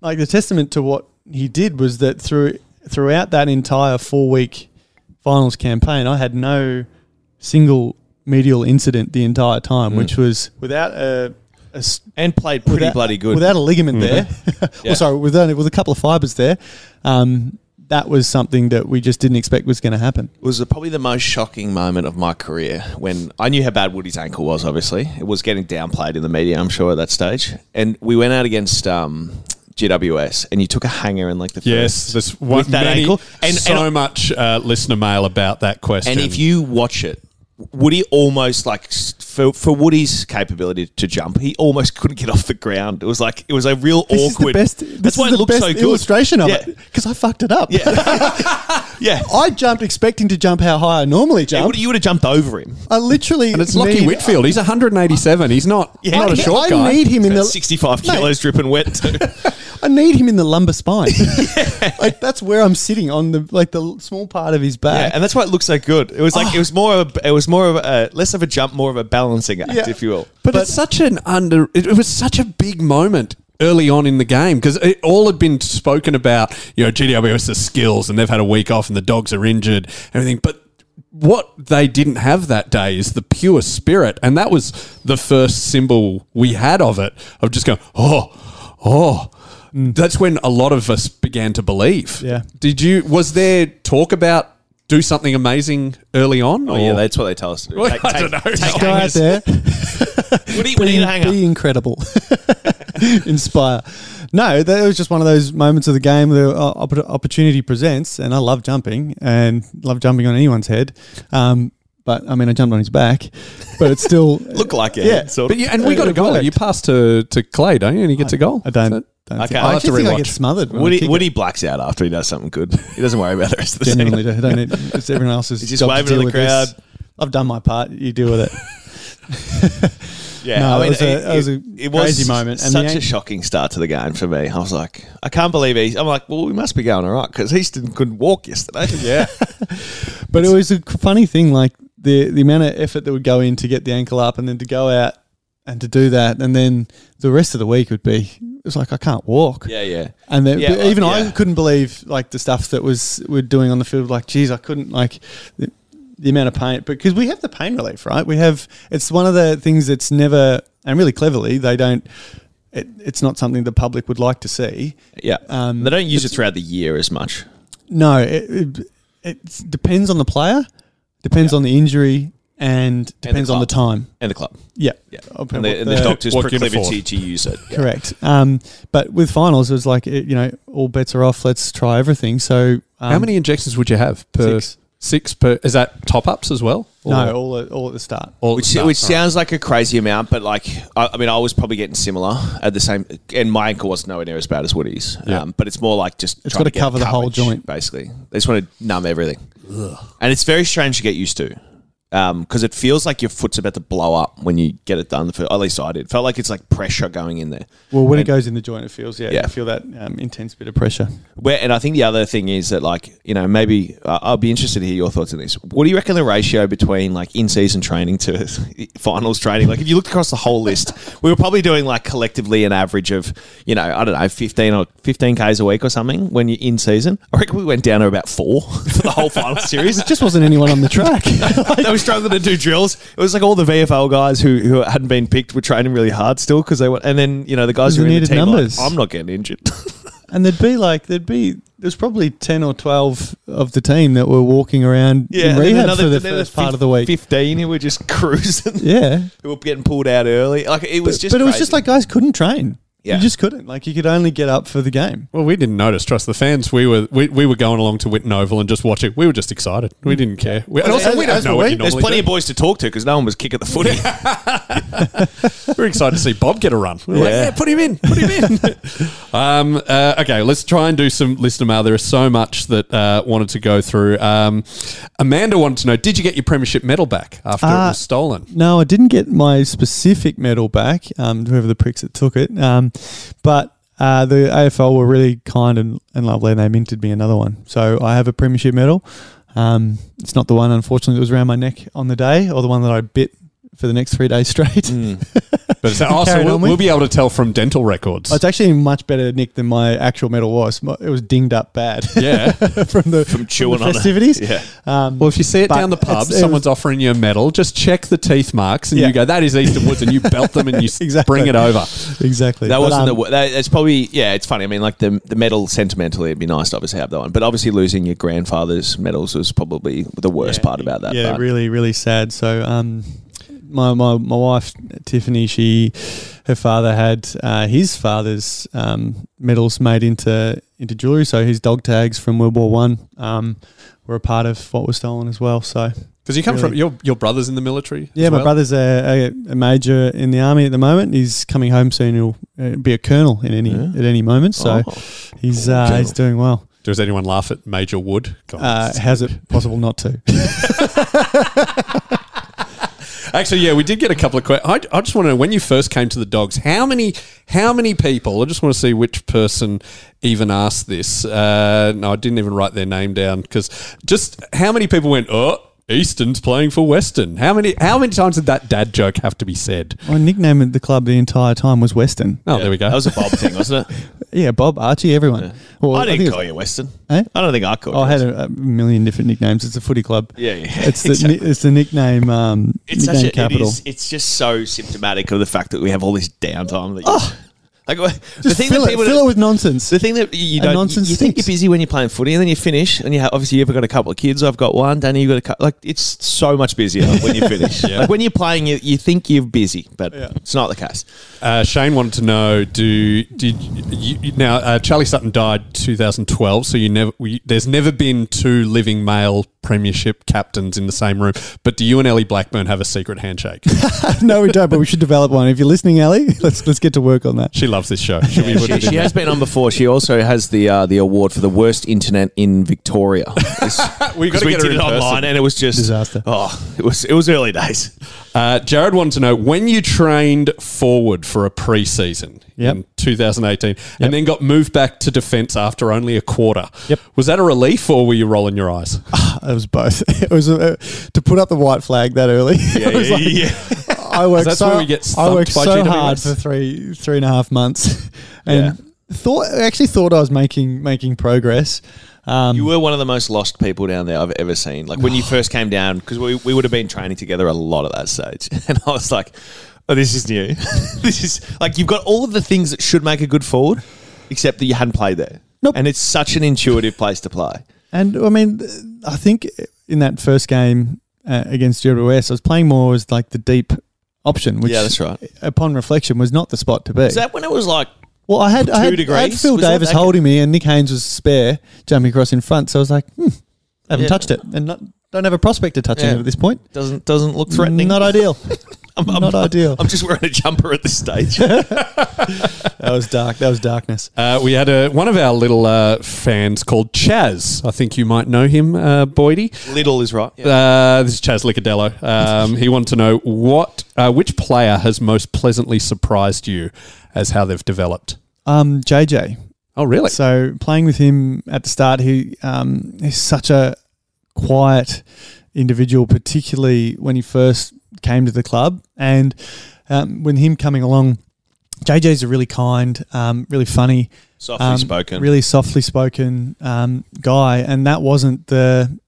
Speaker 7: like the testament to what he did was that through throughout that entire four week finals campaign, I had no single medial incident the entire time, which was without a. a s-
Speaker 5: and played Mm. pretty
Speaker 7: without-
Speaker 5: bloody good. Mm-hmm.
Speaker 7: Without a ligament there, *laughs*
Speaker 5: Yeah.
Speaker 7: or sorry, with only with a couple of fibers there, um, that was something that we just didn't expect was going to happen.
Speaker 5: It was probably the most shocking moment of my career when I knew how bad Woody's ankle was. Obviously, it was getting downplayed in the media. I'm sure at that stage. And we went out against um, GWS, and you took a hanger in like the first-
Speaker 4: Yes, there's one
Speaker 5: with that
Speaker 4: many-
Speaker 5: ankle. And,
Speaker 4: so
Speaker 5: and,
Speaker 4: much uh, listener mail about that question.
Speaker 5: and if you watch it, Woody almost like s- for, for Woody's capability to jump, he almost couldn't get off the ground. It was like it was a real
Speaker 7: This
Speaker 5: awkward.
Speaker 7: is the best. This
Speaker 5: That's why it
Speaker 7: is the
Speaker 5: looks
Speaker 7: best
Speaker 5: so good.
Speaker 7: illustration of
Speaker 5: Yeah.
Speaker 7: it because I fucked it up.
Speaker 5: Yeah, yeah.
Speaker 7: *laughs*
Speaker 5: *laughs*
Speaker 7: I jumped expecting to jump how high I normally
Speaker 5: Woody,
Speaker 7: jump.
Speaker 5: you would have jumped over him.
Speaker 7: I literally
Speaker 4: and it's Lockie
Speaker 7: need-
Speaker 4: Whitfield. He's 187. He's not
Speaker 5: Yeah.
Speaker 4: not
Speaker 7: I,
Speaker 4: a short
Speaker 7: I
Speaker 4: guy.
Speaker 7: need him in the.
Speaker 5: About 65
Speaker 7: Mate.
Speaker 5: kilos, dripping wet.
Speaker 7: *laughs*
Speaker 5: Too.
Speaker 7: I need him in the
Speaker 5: *laughs*
Speaker 7: lumbar spine. *laughs* like that's where I'm sitting on the like the l- small part of his
Speaker 5: Yeah,
Speaker 7: back.
Speaker 5: and that's why it looks so good. It was like it was more of a, it was more of a less of a jump, more of a balancing act,
Speaker 7: Yeah.
Speaker 5: if you will.
Speaker 4: But, it's such an under. It, it was such a big moment early on in the game because it all had been spoken about. You know, GWS's skills, and they've had a week off, and the dogs are injured, everything. But what they didn't have that day is the pure spirit, and that was the first symbol we had of it of just going, oh, oh. That's when a lot of us began to believe.
Speaker 7: Yeah.
Speaker 4: Did you? Was there talk about do something amazing early on?
Speaker 5: Oh
Speaker 4: or-
Speaker 5: yeah, that's what they tell us to do.
Speaker 4: Well, I don't know. Just
Speaker 7: Go
Speaker 5: *laughs*
Speaker 7: out there,
Speaker 5: Woody, Woody,
Speaker 7: be,
Speaker 5: hang
Speaker 7: be
Speaker 5: up.
Speaker 7: incredible, *laughs* inspire. No, that was just one of those moments of the game where uh, opp- opportunity presents, and I love jumping and love jumping on anyone's head. Um, but I mean, I jumped on his back, but it's still
Speaker 5: *laughs* Look like it.
Speaker 7: Yeah.
Speaker 5: sort
Speaker 4: But
Speaker 5: of.
Speaker 4: you, and we
Speaker 7: It-
Speaker 4: got a
Speaker 7: it
Speaker 4: goal.
Speaker 7: worked.
Speaker 4: You pass to, to Clay, don't you? And he gets a goal.
Speaker 7: I don't.
Speaker 4: Is
Speaker 7: don't
Speaker 5: Okay.
Speaker 7: think-
Speaker 5: I'll
Speaker 7: I
Speaker 5: have
Speaker 7: actually
Speaker 4: to
Speaker 7: think I
Speaker 4: rewatch.
Speaker 7: get smothered. when I
Speaker 5: Woody,
Speaker 7: kick
Speaker 5: Woody blacks out after he does something good. He doesn't worry about the rest of the
Speaker 7: it.
Speaker 5: season.
Speaker 7: Genuinely, I don't
Speaker 5: *laughs*
Speaker 7: need, it's everyone else's.
Speaker 5: He's just
Speaker 7: job to
Speaker 5: waving
Speaker 7: deal
Speaker 5: to the
Speaker 7: with this.
Speaker 5: crowd.
Speaker 7: I've done my part. You
Speaker 5: *laughs*
Speaker 7: deal with it.
Speaker 5: Yeah,
Speaker 7: No, it was a- it was a crazy moment, and
Speaker 5: such
Speaker 7: the
Speaker 5: a
Speaker 7: ang-
Speaker 5: shocking start to the game for me. I was like, I can't believe he's. I'm like, well, we must be going all right because Easton couldn't walk yesterday. *laughs* Yeah,
Speaker 7: But it was a funny thing, like the the amount of effort that would go in to get the ankle up, and then to go out and to do that, and then the rest of the week would be. It was like I can't walk.
Speaker 5: yeah, yeah.
Speaker 7: And then,
Speaker 5: Yeah,
Speaker 7: but even
Speaker 5: like, yeah.
Speaker 7: I couldn't believe like the stuff that was we're doing on the field. Like, geez, I couldn't like the, the amount of pain because we have the pain relief, right? We have it's one of the things that's never and really cleverly they don't. It, it's not something the public would like to see.
Speaker 5: yeah.
Speaker 7: Um,
Speaker 5: they don't use it throughout the year as much.
Speaker 7: No, it, it, it depends on the player, depends on the injury, and depends on the
Speaker 5: club.
Speaker 7: time.
Speaker 5: And the club,
Speaker 7: Yeah,
Speaker 5: yeah,
Speaker 7: Of
Speaker 5: and the,
Speaker 7: what
Speaker 5: and the
Speaker 7: the-
Speaker 5: doctor's
Speaker 4: what can
Speaker 5: proclivity
Speaker 4: afford.
Speaker 5: to use it. Yeah.
Speaker 7: correct. Um, but with finals, it was like it, you know, all bets are off. Let's try everything. So um,
Speaker 4: that- How many injections would you have per
Speaker 7: Six.
Speaker 4: six per? Is that top ups as well? Or-
Speaker 7: No, all at, all at the start.
Speaker 4: all
Speaker 5: which,
Speaker 4: no,
Speaker 5: which
Speaker 4: all right.
Speaker 5: sounds like a crazy amount, but like I, I mean, I was probably getting similar at the same, and my ankle was nowhere near as bad as Woody's.
Speaker 4: Yeah.
Speaker 5: Um, but it's more like just
Speaker 7: It's
Speaker 5: trying
Speaker 7: gotta
Speaker 5: get
Speaker 7: cover the whole
Speaker 5: coverage,
Speaker 7: joint.
Speaker 5: Basically, they just want to numb everything, and it's very strange to get used to because it feels like your foot's about to blow up when you get it done. At least I did. Felt like it's like pressure going in there.
Speaker 7: Well, when it goes in the joint, it feels yeah,
Speaker 5: Yeah.
Speaker 7: you feel that um, intense bit of pressure.
Speaker 5: Where, and I think the other thing is that, like, you know, maybe uh, I'll be interested to hear your thoughts on this. What do you reckon the ratio between like in season training to *laughs* finals training? Like, if you looked across the whole list, we were probably doing like collectively an average of, you know, I don't know, 15 or 15 Ks a week or something when you're in season. I reckson we went down to about four *laughs* for the whole final series.
Speaker 7: Just wasn't anyone on the track. *laughs* Like,
Speaker 5: There
Speaker 6: were struggling to do drills. It was like all the VFL guys who, who hadn't been picked were training really hard still because they were. And then you know the guys who
Speaker 7: Because
Speaker 6: were
Speaker 7: they
Speaker 6: in the team were
Speaker 7: needed
Speaker 6: like,
Speaker 7: numbers.
Speaker 6: I'm not getting
Speaker 5: *laughs*
Speaker 6: injured.
Speaker 7: And there'd be like there'd be there's probably ten or twelve of the team that were walking around in
Speaker 6: and then
Speaker 7: rehab
Speaker 6: another-
Speaker 7: for the
Speaker 6: then another
Speaker 7: first part
Speaker 6: fif-
Speaker 7: of the week.
Speaker 6: Fifteen who were
Speaker 5: *laughs*
Speaker 6: just cruising.
Speaker 7: Yeah,
Speaker 6: who were getting pulled out early. Like it was just.
Speaker 7: but it was just
Speaker 6: crazy.
Speaker 7: like guys couldn't train.
Speaker 6: Yeah.
Speaker 7: You just couldn't. Like you could only get up for the game.
Speaker 4: Well, we didn't notice. Trust the fans. We were we, we were going along to Witten Oval and just watching. We were just excited. We didn't care. We, and also,
Speaker 6: as-
Speaker 4: we don't
Speaker 6: as
Speaker 4: know
Speaker 6: were
Speaker 4: what
Speaker 6: we.
Speaker 4: you normally
Speaker 6: There's plenty
Speaker 4: do.
Speaker 6: of boys to talk to because no one was kicking the footy.
Speaker 4: We We're excited to see Bob get a run. We We're like, yeah, put him in, put him in. *laughs* um, uh, okay, let's try and do some listener mail. There is so much that uh, wanted to go through. Um, Amanda wanted to know: Did you get your premiership medal back after it
Speaker 7: Ah.
Speaker 4: was stolen?
Speaker 7: No, I didn't get my specific medal back. Um, whoever the pricks that took it. Um, but uh, the AFL were really kind and, and lovely, and they minted me another one. So I have a premiership medal. Um, it's not the one, unfortunately, that was around my neck on the day, or the one that I bit for the next three days *laughs* straight.
Speaker 4: *laughs* But it's, oh, so
Speaker 7: Carried
Speaker 4: we'll,
Speaker 7: on with-
Speaker 4: we'll be able to tell from dental records.
Speaker 7: It's actually in much better nick than my actual medal was. My- It was dinged up bad.
Speaker 4: yeah.
Speaker 7: *laughs* from the from
Speaker 6: chewing on it.
Speaker 7: festivities.
Speaker 6: Yeah.
Speaker 7: Um,
Speaker 4: Well, if you see it
Speaker 7: But
Speaker 4: down the pub,
Speaker 7: it's- it
Speaker 4: someone's offering you a medal. Just check the teeth marks, and
Speaker 7: Yeah.
Speaker 4: you go, "That is Eastern Woods," and you belt them, *laughs* and you s-
Speaker 7: Exactly.
Speaker 4: bring it over.
Speaker 7: exactly.
Speaker 5: That
Speaker 7: But,
Speaker 5: wasn't
Speaker 7: um,
Speaker 5: the. wo- That, it's probably yeah. It's funny. I mean, like the the medal sentimentally, it'd be nice to obviously have that one, but obviously losing your grandfather's medals was probably the worst part about that.
Speaker 7: Yeah,
Speaker 5: but-
Speaker 7: really, really sad. So, um, my, my, my wife Tiffany, she her father had uh, his father's um, medals made into into jewelry. So his dog tags from World War One um, were a part of what was stolen as well. So
Speaker 4: Because you come
Speaker 7: Really?
Speaker 4: from your your brother's in the military.
Speaker 7: yeah,
Speaker 4: as
Speaker 7: my
Speaker 4: well?
Speaker 7: brother's a, a, a major in the army at the moment. He's coming home soon. He'll uh, be a colonel in any at any moment. So
Speaker 5: Oh.
Speaker 7: he's uh, he's doing well.
Speaker 4: Does anyone laugh at Major Wood? God,
Speaker 7: Uh, how's it possible
Speaker 5: *laughs*
Speaker 7: not to?
Speaker 4: Actually, yeah, we did get a couple of questions. I, I just want to know when you first came to the dogs, how many how many people? I just want to see which person even asked this. Uh, no, I didn't even write their name down because just how many people went? Oh, Easton's playing for Western. How many how many times did that dad joke have to be said?
Speaker 7: My nickname at the club the entire time was Weston.
Speaker 4: Oh, there we go.
Speaker 5: That was a Bob thing, wasn't it?
Speaker 7: Yeah, Bob, Archie, everyone. *laughs* Well,
Speaker 5: I
Speaker 7: think
Speaker 5: didn't
Speaker 7: it
Speaker 5: call
Speaker 7: was-
Speaker 5: you Weston.
Speaker 7: Eh?
Speaker 5: I don't think I called.
Speaker 7: Oh, I
Speaker 5: you
Speaker 7: had
Speaker 5: Weston.
Speaker 7: a, a million different nicknames. It's a footy club.
Speaker 5: Yeah, yeah,
Speaker 7: *laughs* It's the
Speaker 5: exactly.
Speaker 7: ni- it's the nickname um,
Speaker 5: It's
Speaker 7: nickname
Speaker 5: such a, it
Speaker 7: capital.
Speaker 5: is, It's just so symptomatic of the fact that we have all this downtime. That you, *laughs* like what- the
Speaker 7: Oh. Just
Speaker 5: thing
Speaker 7: fill
Speaker 5: that
Speaker 7: it,
Speaker 5: people
Speaker 7: fill it with nonsense. *laughs*
Speaker 5: The thing that you
Speaker 7: And
Speaker 5: don't,
Speaker 7: nonsense
Speaker 5: you think you're
Speaker 7: stinks.
Speaker 5: busy when you're playing footy, and then you finish, and you have, obviously you've got a couple of kids. I've got one. Danny, you've got a couple. Like it's so much busier
Speaker 7: *laughs*
Speaker 5: when you finish. Like when you're playing, you, you think you're busy, but it's not the case.
Speaker 4: Uh, Shane wanted to know: Do did you, you- now uh, Charlie Sutton died 2012, so you never we, there's never been two living male premiership captains in the same room. But do you and Ellie Blackburn have a secret
Speaker 7: *laughs*
Speaker 4: handshake?
Speaker 7: no,
Speaker 5: *laughs*
Speaker 7: we don't, but we should develop one. If you're listening, Ali, *laughs* let's let's get to work on that.
Speaker 4: she loves this show. She'll be
Speaker 5: She, she has been on before. She also has the uh, the award for the worst internet in Victoria.
Speaker 7: *laughs*
Speaker 4: we
Speaker 5: Because we did it online, and it was just
Speaker 7: Disaster.
Speaker 5: Oh, it was it was early days.
Speaker 4: Uh, Jared wanted to know when you trained forward for a pre-season in
Speaker 7: Yep.
Speaker 4: 2018, and then got moved back to defence after only a quarter.
Speaker 7: Yep.
Speaker 4: Was that a relief, or were you rolling your eyes?
Speaker 7: It was both. *laughs* It was uh, to put up the white flag that early. *laughs*
Speaker 5: *laughs*
Speaker 7: Yeah, I worked
Speaker 4: That's
Speaker 7: so
Speaker 4: where we get
Speaker 7: I
Speaker 4: thumped
Speaker 7: worked
Speaker 4: by
Speaker 7: so
Speaker 4: GWS.
Speaker 7: hard for three three and a half months, *laughs* and thought I actually thought I was making making progress.
Speaker 5: You were one of the most lost people down there I've ever seen. Like when
Speaker 7: *sighs*
Speaker 5: you first came down, because we, we would have been training together a lot at that stage. *laughs* And I was like, oh, this is new. *laughs* this is like you've got all of the things that should make a good forward, except that you hadn't played there.
Speaker 7: Nope.
Speaker 5: And it's such an intuitive place to play.
Speaker 7: And I mean, th- I think in that first game uh, against GWS, I was playing more as like the deep option, which
Speaker 5: Yeah, that's right.
Speaker 7: Upon reflection, was not the spot to be.
Speaker 5: Is that when it was like,
Speaker 7: well, I had I had,
Speaker 5: degrees?
Speaker 7: I had Phil
Speaker 5: Was that
Speaker 7: Davis
Speaker 5: that-
Speaker 7: holding me, and Nick Haynes was spare jumping across in front. So I was like, hmm, I haven't touched it, and not, don't have a prospect to touching
Speaker 5: Yeah.
Speaker 7: it at this point.
Speaker 5: doesn't doesn't look threatening?
Speaker 7: Not ideal.
Speaker 5: *laughs* I'm,
Speaker 7: not ideal.
Speaker 5: I'm just wearing a jumper at this
Speaker 7: *laughs*
Speaker 5: stage.
Speaker 7: that was dark. That was darkness.
Speaker 4: Uh, we had a, one of our little uh, fans called Chaz. I think you might know him, uh, Boydie.
Speaker 5: Little is right. Yeah.
Speaker 4: Uh, this is Chaz Licadello. Um, he wanted to know what, uh, which player has most pleasantly surprised you as how they've developed.
Speaker 7: Um, JJ,
Speaker 4: Oh, really?
Speaker 7: So playing with him at the start, he um, he's such a quiet individual, particularly when he first came to the club, and um, when him coming along, JJ's a really kind, um, really funny,
Speaker 5: Softly
Speaker 7: um,
Speaker 5: spoken.
Speaker 7: really softly spoken um, guy, and that wasn't the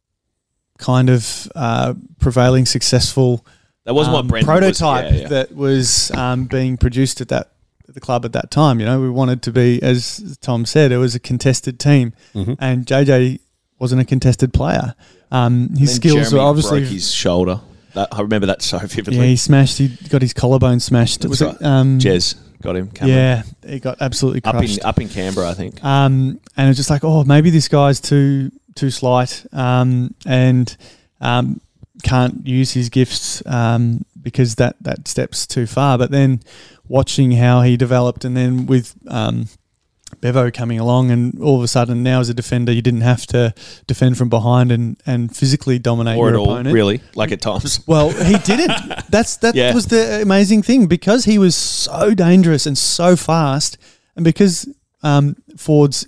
Speaker 7: kind of uh, prevailing successful
Speaker 5: That wasn't
Speaker 7: um,
Speaker 5: what Brendan was-
Speaker 7: prototype
Speaker 5: yeah, yeah.
Speaker 7: that was um, being produced at that at the club at that time. You know, we wanted to be, as Tom said, it was a contested team,
Speaker 5: Mm-hmm.
Speaker 7: and JJ wasn't a contested player. Um, his
Speaker 5: And
Speaker 7: skills were
Speaker 5: Jeremy
Speaker 7: obviously
Speaker 5: broke his shoulder. That, I remember that so
Speaker 7: yeah.
Speaker 5: vividly.
Speaker 7: He smashed. He got his collarbone smashed.
Speaker 5: That's
Speaker 7: was
Speaker 5: right.
Speaker 7: it? Um,
Speaker 5: Jez got him. Cameron.
Speaker 7: yeah, he got absolutely
Speaker 5: up
Speaker 7: crushed.
Speaker 5: in up in Canberra, I think.
Speaker 7: Um, and it's just like, oh, maybe this guy's too too slight um, and um, can't use his gifts um, because that that steps too far. But then watching how he developed, and then with um, Bevo coming along, and all of a sudden now as a defender, you didn't have to defend from behind and and physically dominate
Speaker 5: or
Speaker 7: your
Speaker 5: at all,
Speaker 7: opponent.
Speaker 5: really, like at *laughs* times.
Speaker 7: Well, he didn't. That's that
Speaker 5: Yeah.
Speaker 7: was the amazing thing because he was so dangerous and so fast, and because um, Fords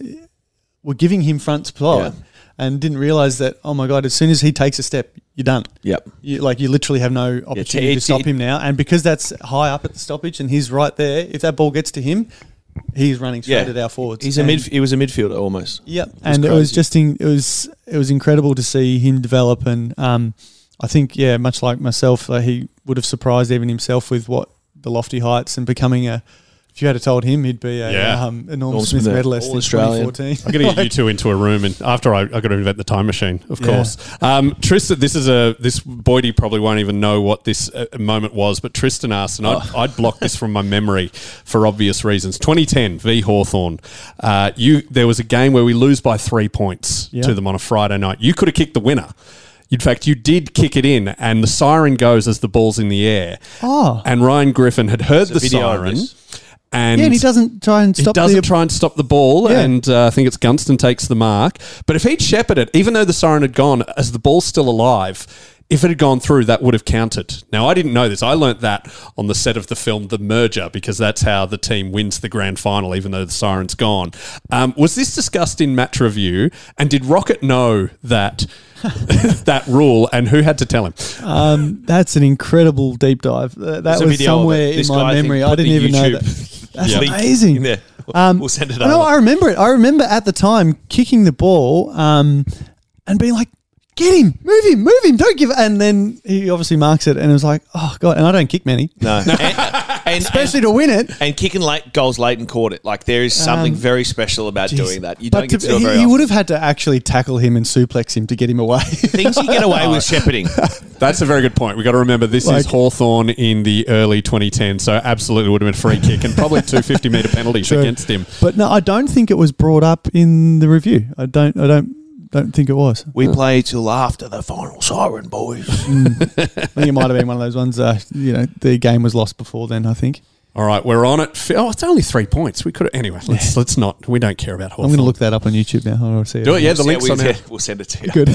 Speaker 7: were giving him front power
Speaker 5: Yeah.
Speaker 7: and didn't realize that. Oh my god! As soon as he takes a step, you're done.
Speaker 5: Yep.
Speaker 7: You, like you literally have no opportunity
Speaker 5: it-
Speaker 7: to stop him now, and because that's high up at the stoppage and he's right there. If that ball gets to him, he's running straight at our forwards.
Speaker 5: He's a
Speaker 7: And-
Speaker 5: mid. He was a midfielder almost.
Speaker 7: yeah, and it was
Speaker 5: crazy.
Speaker 7: just in, it was it was incredible to see him develop, and um, I think yeah, much like myself, like he would have surprised even himself with what the lofty heights and becoming a. If you had have told him, he'd be a
Speaker 4: Yeah.
Speaker 7: um, a Norm
Speaker 5: Norm
Speaker 7: Smith
Speaker 5: Smith,
Speaker 7: medalist in
Speaker 5: All-Australian.
Speaker 7: 2014.
Speaker 4: *laughs*
Speaker 5: *laughs*
Speaker 4: I'm going to get you two into a room, and after I, I've got to invent the time machine, of
Speaker 7: Yeah.
Speaker 4: course. Um, Tristan, this is a this Boydie probably won't even know what this uh, moment was, but Tristan asked, and I'd,
Speaker 7: Oh.
Speaker 4: I'd blocked this from my memory for obvious reasons. 2010 v Hawthorn. Uh, you there was a game where we lose by three points
Speaker 7: Yeah.
Speaker 4: to them on a Friday night. You could have kicked the winner. In fact, you did kick it in, and the siren goes as the ball's in the air.
Speaker 7: Oh.
Speaker 4: And Ryan Griffin had heard the
Speaker 5: video of
Speaker 4: siren.
Speaker 5: this.
Speaker 7: Yeah, and he doesn't try and stop
Speaker 4: He doesn't
Speaker 7: the
Speaker 4: try and stop the ball,
Speaker 7: Yeah.
Speaker 4: and uh, I think it's Gunston takes the mark. But if he'd shepherded it, even though the siren had gone, as the ball's still alive, if it had gone through, that would have counted. Now, I didn't know this. I learnt that on the set of the film The Merger, because that's how the team wins the grand final, even though the siren's gone. Um, was this discussed in match review? And did Rocket know that *laughs* that rule, and who had to tell him?
Speaker 7: Um, that's an incredible deep dive. Uh, that
Speaker 5: a
Speaker 7: was
Speaker 5: video of
Speaker 7: somewhere
Speaker 5: it.
Speaker 7: in
Speaker 5: This guy, I
Speaker 7: my
Speaker 5: think,
Speaker 7: memory. I
Speaker 5: put the
Speaker 7: didn't even know
Speaker 5: YouTube *laughs* Um,
Speaker 7: that. That's
Speaker 5: link
Speaker 7: amazing.
Speaker 5: in there. We'll- we'll send it
Speaker 7: No,
Speaker 5: over.
Speaker 7: Um, I remember it. I remember at the time kicking the ball um, and being like, "Get him, move him, move him, don't give." And then he obviously marks it, and it was like, "Oh god!" And I don't kick many,
Speaker 5: No, and, and,
Speaker 7: especially
Speaker 5: *laughs*
Speaker 7: to win it.
Speaker 5: and, and kicking late goals late and caught it. Like there is something very special about doing that. You don't get Um, to do it
Speaker 7: he,
Speaker 5: very
Speaker 7: he
Speaker 5: often.
Speaker 7: would have had to actually tackle him and suplex him to get him away. *laughs*
Speaker 5: Things you *laughs* get away with shepherding.
Speaker 4: That's a very good point. We've got to remember this
Speaker 7: Like-
Speaker 4: is Hawthorn in the early 2010s, so absolutely would have been a free kick and probably two 50 metre penalties against him.
Speaker 7: but no, I don't think it was brought up in the review. I don't. I don't. Don't think it was.
Speaker 5: We play till after the final siren, *laughs* boys.
Speaker 7: I think it might have been one of those ones. Uh, you know, the game was lost before then. I think
Speaker 4: All right, we're on it. F- Oh, it's only three points. We could have, anyway. Let's let's not. We don't care about
Speaker 7: I'm
Speaker 4: Hawthorn.
Speaker 7: going to look that up on YouTube now. I want to see
Speaker 4: Do it. Yeah, the
Speaker 5: We'll
Speaker 4: links
Speaker 5: send-
Speaker 4: on
Speaker 5: we'll,
Speaker 4: here.
Speaker 5: send- we'll send it to you.
Speaker 7: Good.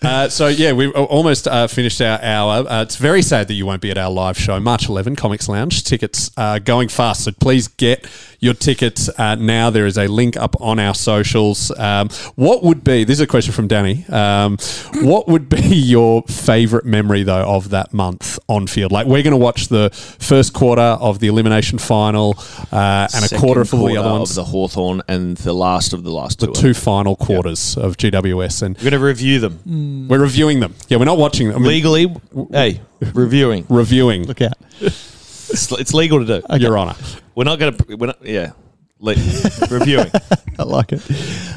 Speaker 4: Uh, so yeah, we've a- almost uh, finished our hour. Uh, it's very sad that you won't be at our live show, March 11, Comics Lounge. Tickets are going fast, so please get your tickets uh, now. There is a link up on our socials. Um, what would be? This is a question from Danny. Um, what would be *laughs* your favourite memory though of that month on field? Like we're going to watch the first quarter of the elimination final uh, and a
Speaker 5: Second
Speaker 4: quarter of all the other
Speaker 5: quarter
Speaker 4: ones.
Speaker 5: Of the Hawthorn and the last of the last
Speaker 4: the two final quarters of GWS, and
Speaker 5: We're going to review them
Speaker 4: we're reviewing them. Yeah, we're not watching them. I mean,
Speaker 5: legally. Hey, reviewing.
Speaker 4: Reviewing.
Speaker 7: Look out.
Speaker 5: It's, it's legal to do.
Speaker 4: Your Honour.
Speaker 5: We're not going to. We're not. Yeah, Le-
Speaker 7: *laughs*
Speaker 5: reviewing.
Speaker 7: I like it.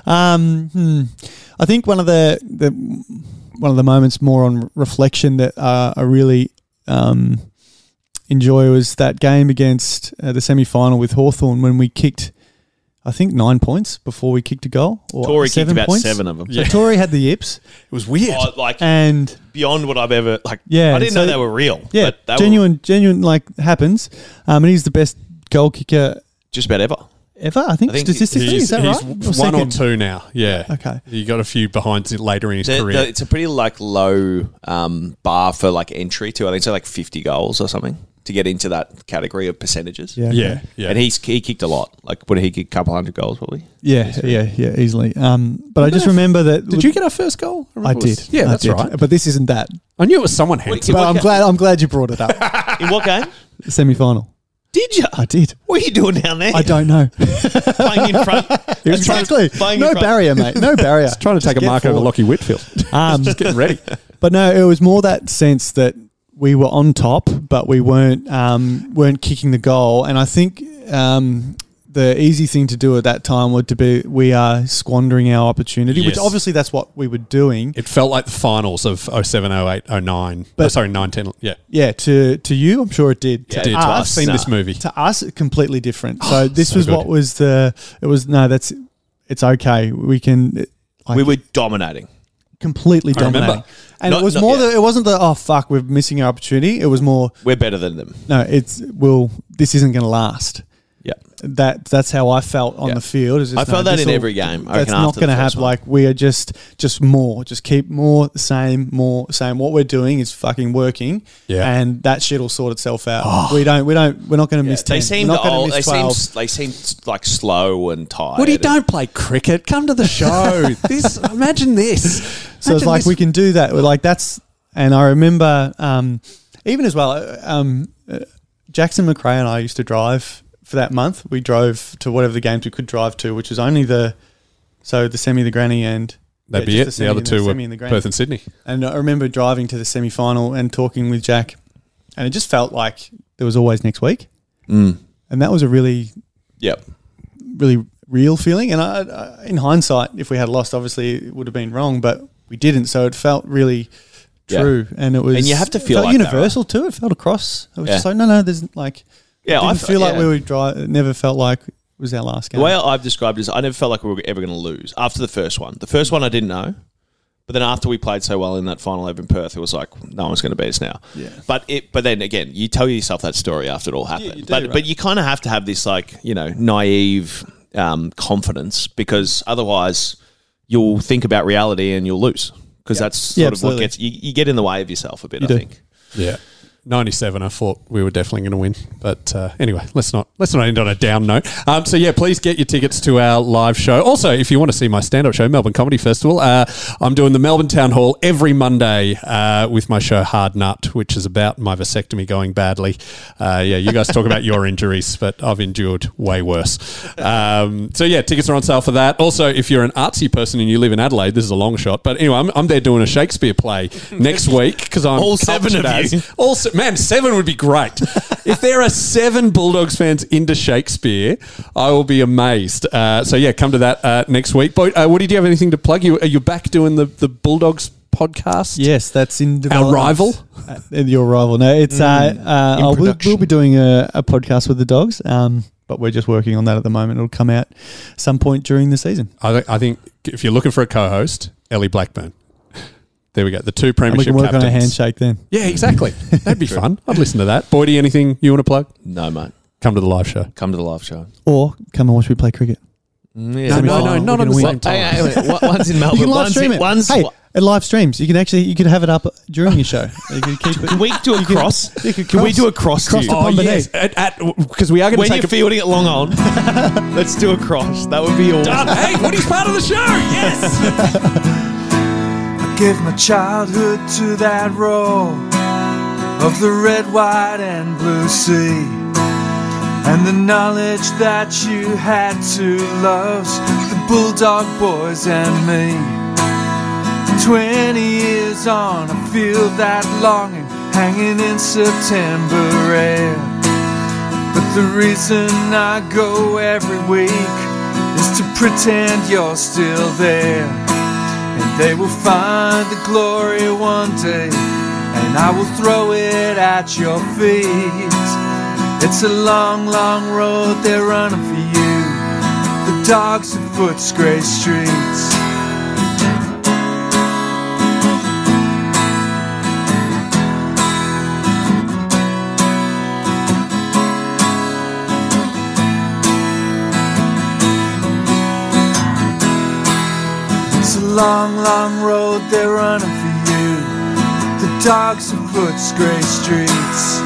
Speaker 7: Um, hmm. I think one of the, the one of the moments more on reflection that uh, I really um, enjoy was that game against uh, the semi final with Hawthorn when we kicked, I think nine points before we kicked a goal or
Speaker 5: Tory kicked
Speaker 7: seven
Speaker 5: about
Speaker 7: points.
Speaker 5: seven of them.
Speaker 7: So Tory had the yips
Speaker 4: It was weird.
Speaker 5: Oh, like
Speaker 7: and
Speaker 5: beyond what I've ever like.
Speaker 7: Yeah,
Speaker 5: I didn't
Speaker 7: so-
Speaker 5: know they were real.
Speaker 7: yeah,
Speaker 5: but they Were
Speaker 7: genuine, genuine like happens. Um, and he's the best goal kicker
Speaker 5: just about ever.
Speaker 7: ever. I think,
Speaker 5: I think
Speaker 7: statistically,
Speaker 4: He's,
Speaker 7: is that
Speaker 4: he's
Speaker 7: right?
Speaker 4: one or
Speaker 7: second?
Speaker 4: two now. Yeah.
Speaker 7: Okay.
Speaker 4: He got a few behind later in his
Speaker 5: The-
Speaker 4: career.
Speaker 5: the- it's a pretty like low um, bar for like entry to. I think so, like fifty goals or something to get into that category of percentages.
Speaker 7: Yeah, okay.
Speaker 4: yeah. Yeah.
Speaker 5: And he's he kicked a lot. Like, what did he kick? A couple hundred goals,
Speaker 7: *laughs*
Speaker 5: probably.
Speaker 7: Yeah, yeah, yeah, easily. Um, but I just remember that.
Speaker 4: did you get our first goal?
Speaker 7: I
Speaker 4: remember it was-
Speaker 7: did.
Speaker 4: Yeah,
Speaker 7: I
Speaker 4: that's
Speaker 7: did.
Speaker 4: right.
Speaker 7: But this isn't that.
Speaker 4: I knew it was someone handsome.
Speaker 7: But I'm glad. I'm glad you brought it
Speaker 4: *laughs*
Speaker 7: up.
Speaker 5: In what game?
Speaker 7: Semi final.
Speaker 5: Did you?
Speaker 7: I did.
Speaker 5: What are you doing down there?
Speaker 7: *laughs* I don't
Speaker 4: *laughs*
Speaker 7: know.
Speaker 5: playing in
Speaker 7: *laughs*
Speaker 5: front.
Speaker 7: exactly.
Speaker 5: playing in
Speaker 7: No
Speaker 5: front.
Speaker 4: *laughs*
Speaker 7: barrier, mate. No barrier.
Speaker 4: Trying to take a mark over Lockie Whitfield. *laughs*
Speaker 7: Um,
Speaker 4: Just getting ready.
Speaker 7: But no, it was more that sense that we were on top, but we weren't um, weren't kicking the goal. And I think um, the easy thing to do at that time would to be we are squandering our opportunity, which
Speaker 4: Yes.
Speaker 7: obviously that's what we were doing.
Speaker 4: It felt like the finals of 07, 08, 09.
Speaker 7: But-
Speaker 4: oh, sorry, 9, 10. Yeah.
Speaker 7: Yeah, to to you, I'm sure it did.
Speaker 4: It did. I've seen this movie.
Speaker 7: to us completely different. So this
Speaker 4: Oh, So
Speaker 7: was
Speaker 4: good.
Speaker 7: what was the it was no that's it's okay we can like,
Speaker 5: We were dominating.
Speaker 7: completely
Speaker 4: remember.
Speaker 7: dominating and
Speaker 5: Not-
Speaker 7: it was
Speaker 5: not
Speaker 7: more
Speaker 5: yet.
Speaker 7: the it wasn't the oh fuck we're missing our opportunity it was more
Speaker 5: We're better than them.
Speaker 7: no it's will this isn't going to last
Speaker 5: Yeah.
Speaker 7: that that's how I felt on
Speaker 5: Yeah.
Speaker 7: the field is just,
Speaker 5: I felt
Speaker 7: no,
Speaker 5: that
Speaker 7: this
Speaker 5: in
Speaker 7: will-
Speaker 5: every game, I
Speaker 7: that's
Speaker 5: reckon,
Speaker 7: not
Speaker 5: after
Speaker 7: going to
Speaker 5: the first
Speaker 7: happen
Speaker 5: one.
Speaker 7: like we are just just more just keep more the same more same what we're doing is fucking working
Speaker 4: Yeah. Oh.
Speaker 7: and that shit will sort itself out we don't we don't we're not going to miss 10
Speaker 5: They seemed
Speaker 7: we're not going
Speaker 5: old.
Speaker 7: to
Speaker 5: They
Speaker 7: miss 12
Speaker 5: seemed, they seemed like slow and tired.
Speaker 4: What do you
Speaker 5: and-
Speaker 4: don't play cricket? Come to the *laughs* show. this imagine this.
Speaker 7: So it's like we can do that. We're like that's, and I remember um, even as well. uh, Um, uh, Jackson McRae and I used to drive for that month. We drove to whatever the games we could drive to, which was only the so the semi, the granny, and
Speaker 4: That'd
Speaker 7: yeah,
Speaker 4: be it.
Speaker 7: just
Speaker 4: The other
Speaker 7: semi,
Speaker 4: two were
Speaker 7: semi and the granny.
Speaker 4: Perth and Sydney.
Speaker 7: And I remember driving to the semi final and talking with Jack, and it just felt like there was always next week,
Speaker 5: Mm.
Speaker 7: and that was a really
Speaker 5: Yep.
Speaker 7: really real feeling. And I, I, in hindsight, if we had lost, obviously it would have been wrong, but we didn't. So it felt really
Speaker 5: Yeah.
Speaker 7: true, and it was.
Speaker 5: And you have to
Speaker 7: it
Speaker 5: feel
Speaker 7: felt
Speaker 5: like that,
Speaker 7: universal too. It felt across. It was
Speaker 5: Yeah.
Speaker 7: just like no, no. There's like.
Speaker 5: Yeah,
Speaker 7: it
Speaker 5: I
Speaker 7: didn't
Speaker 5: fe-
Speaker 7: feel like
Speaker 5: yeah.
Speaker 7: we were dry. It never felt like it was our last game.
Speaker 5: The way I've described it is I never felt like we were ever going to lose after the first one. The first one I didn't know. But then after we played so well in that final over in Perth, it was like no one's going to beat us now. Yeah. But it, but then again, you tell yourself that story after it all happened.
Speaker 7: you do,
Speaker 5: but
Speaker 7: right.
Speaker 5: but you kind of have to have this like you know naive um, confidence because otherwise you'll think about reality and you'll lose because that's sort
Speaker 7: Yeah,
Speaker 5: of
Speaker 7: absolutely.
Speaker 5: what gets you, you get in the way of yourself a bit. I
Speaker 7: do.
Speaker 5: think.
Speaker 4: Yeah. 97 I thought we were definitely going to win but uh, anyway let's not let's not end on a down note um, so yeah please get your tickets to our live show also if you want to see my stand up show Melbourne Comedy Festival uh, I'm doing the Melbourne Town Hall every Monday uh, with my show Hard Nut which is about my vasectomy going badly uh, yeah you guys talk about your injuries but I've endured way worse um, so yeah tickets are on sale for that also if you're an artsy person and you live in Adelaide this is a long shot but anyway I'm, I'm there doing a Shakespeare play next week because I'm
Speaker 5: All seven
Speaker 4: cultured
Speaker 5: of you.
Speaker 4: as- *laughs* all se- man, seven would be great. if there are seven Bulldogs fans into Shakespeare, I will be amazed. Uh, so yeah, come to that uh, next week. But uh, Woody, do you have anything to plug? You are you back doing the the Bulldogs podcast?
Speaker 7: Yes, that's in development.
Speaker 4: rival? Mm.
Speaker 7: Uh, your rival. No, it's uh, uh,
Speaker 4: in
Speaker 7: I'll- we'll,
Speaker 4: production.
Speaker 7: we'll be doing a, a podcast with the dogs, um, but we're just working on that at the moment. It'll come out some point during the season.
Speaker 4: I, th- I think if you're looking for a co-host, Ellie Blackburn. There we go. The two
Speaker 7: And we
Speaker 4: premiership
Speaker 7: can work
Speaker 4: captains.
Speaker 7: on a handshake then.
Speaker 4: Yeah, exactly. That'd be fun. I'd listen to that. Boydie, anything you want to plug?
Speaker 5: No mate,
Speaker 4: Come to the live show.
Speaker 5: come to the live show.
Speaker 7: Or come and watch me play cricket.
Speaker 5: Yeah.
Speaker 7: no, no, not on the same
Speaker 5: Hey, hey, wait, what- one's
Speaker 4: Oh,
Speaker 5: in Melbourne.
Speaker 7: You can live
Speaker 5: one's
Speaker 7: stream
Speaker 5: in,
Speaker 7: it.
Speaker 5: One's
Speaker 7: hey, it live streams. You can actually you could have it up during your show. You can keep
Speaker 4: *laughs*
Speaker 7: it.
Speaker 5: Can we do a cross?
Speaker 7: you could
Speaker 5: Can we
Speaker 7: cross-
Speaker 5: do a cross? to
Speaker 7: cross
Speaker 5: you?
Speaker 7: the
Speaker 4: Oh
Speaker 7: Bombay.
Speaker 4: yes, because we are going to
Speaker 5: When
Speaker 4: take
Speaker 5: you're
Speaker 4: a
Speaker 5: fielding at Long On, *laughs* let's do a cross. That would be awesome.
Speaker 4: Hey, Woody's part of the show. Yes.
Speaker 8: Give my childhood to that roar of the red, white, and blue sea. And the knowledge that you had to love the Bulldog Boys and me. Twenty years on, I feel that longing hanging in September air. But the reason I go every week is to pretend you're still there. And they will find the glory one day, and I will throw it at your feet. It's a long, long road they're running for you. The dogs of Foots Gray Streets. It's a long, long road they're running for you. The dogs of Foots Gray Streets.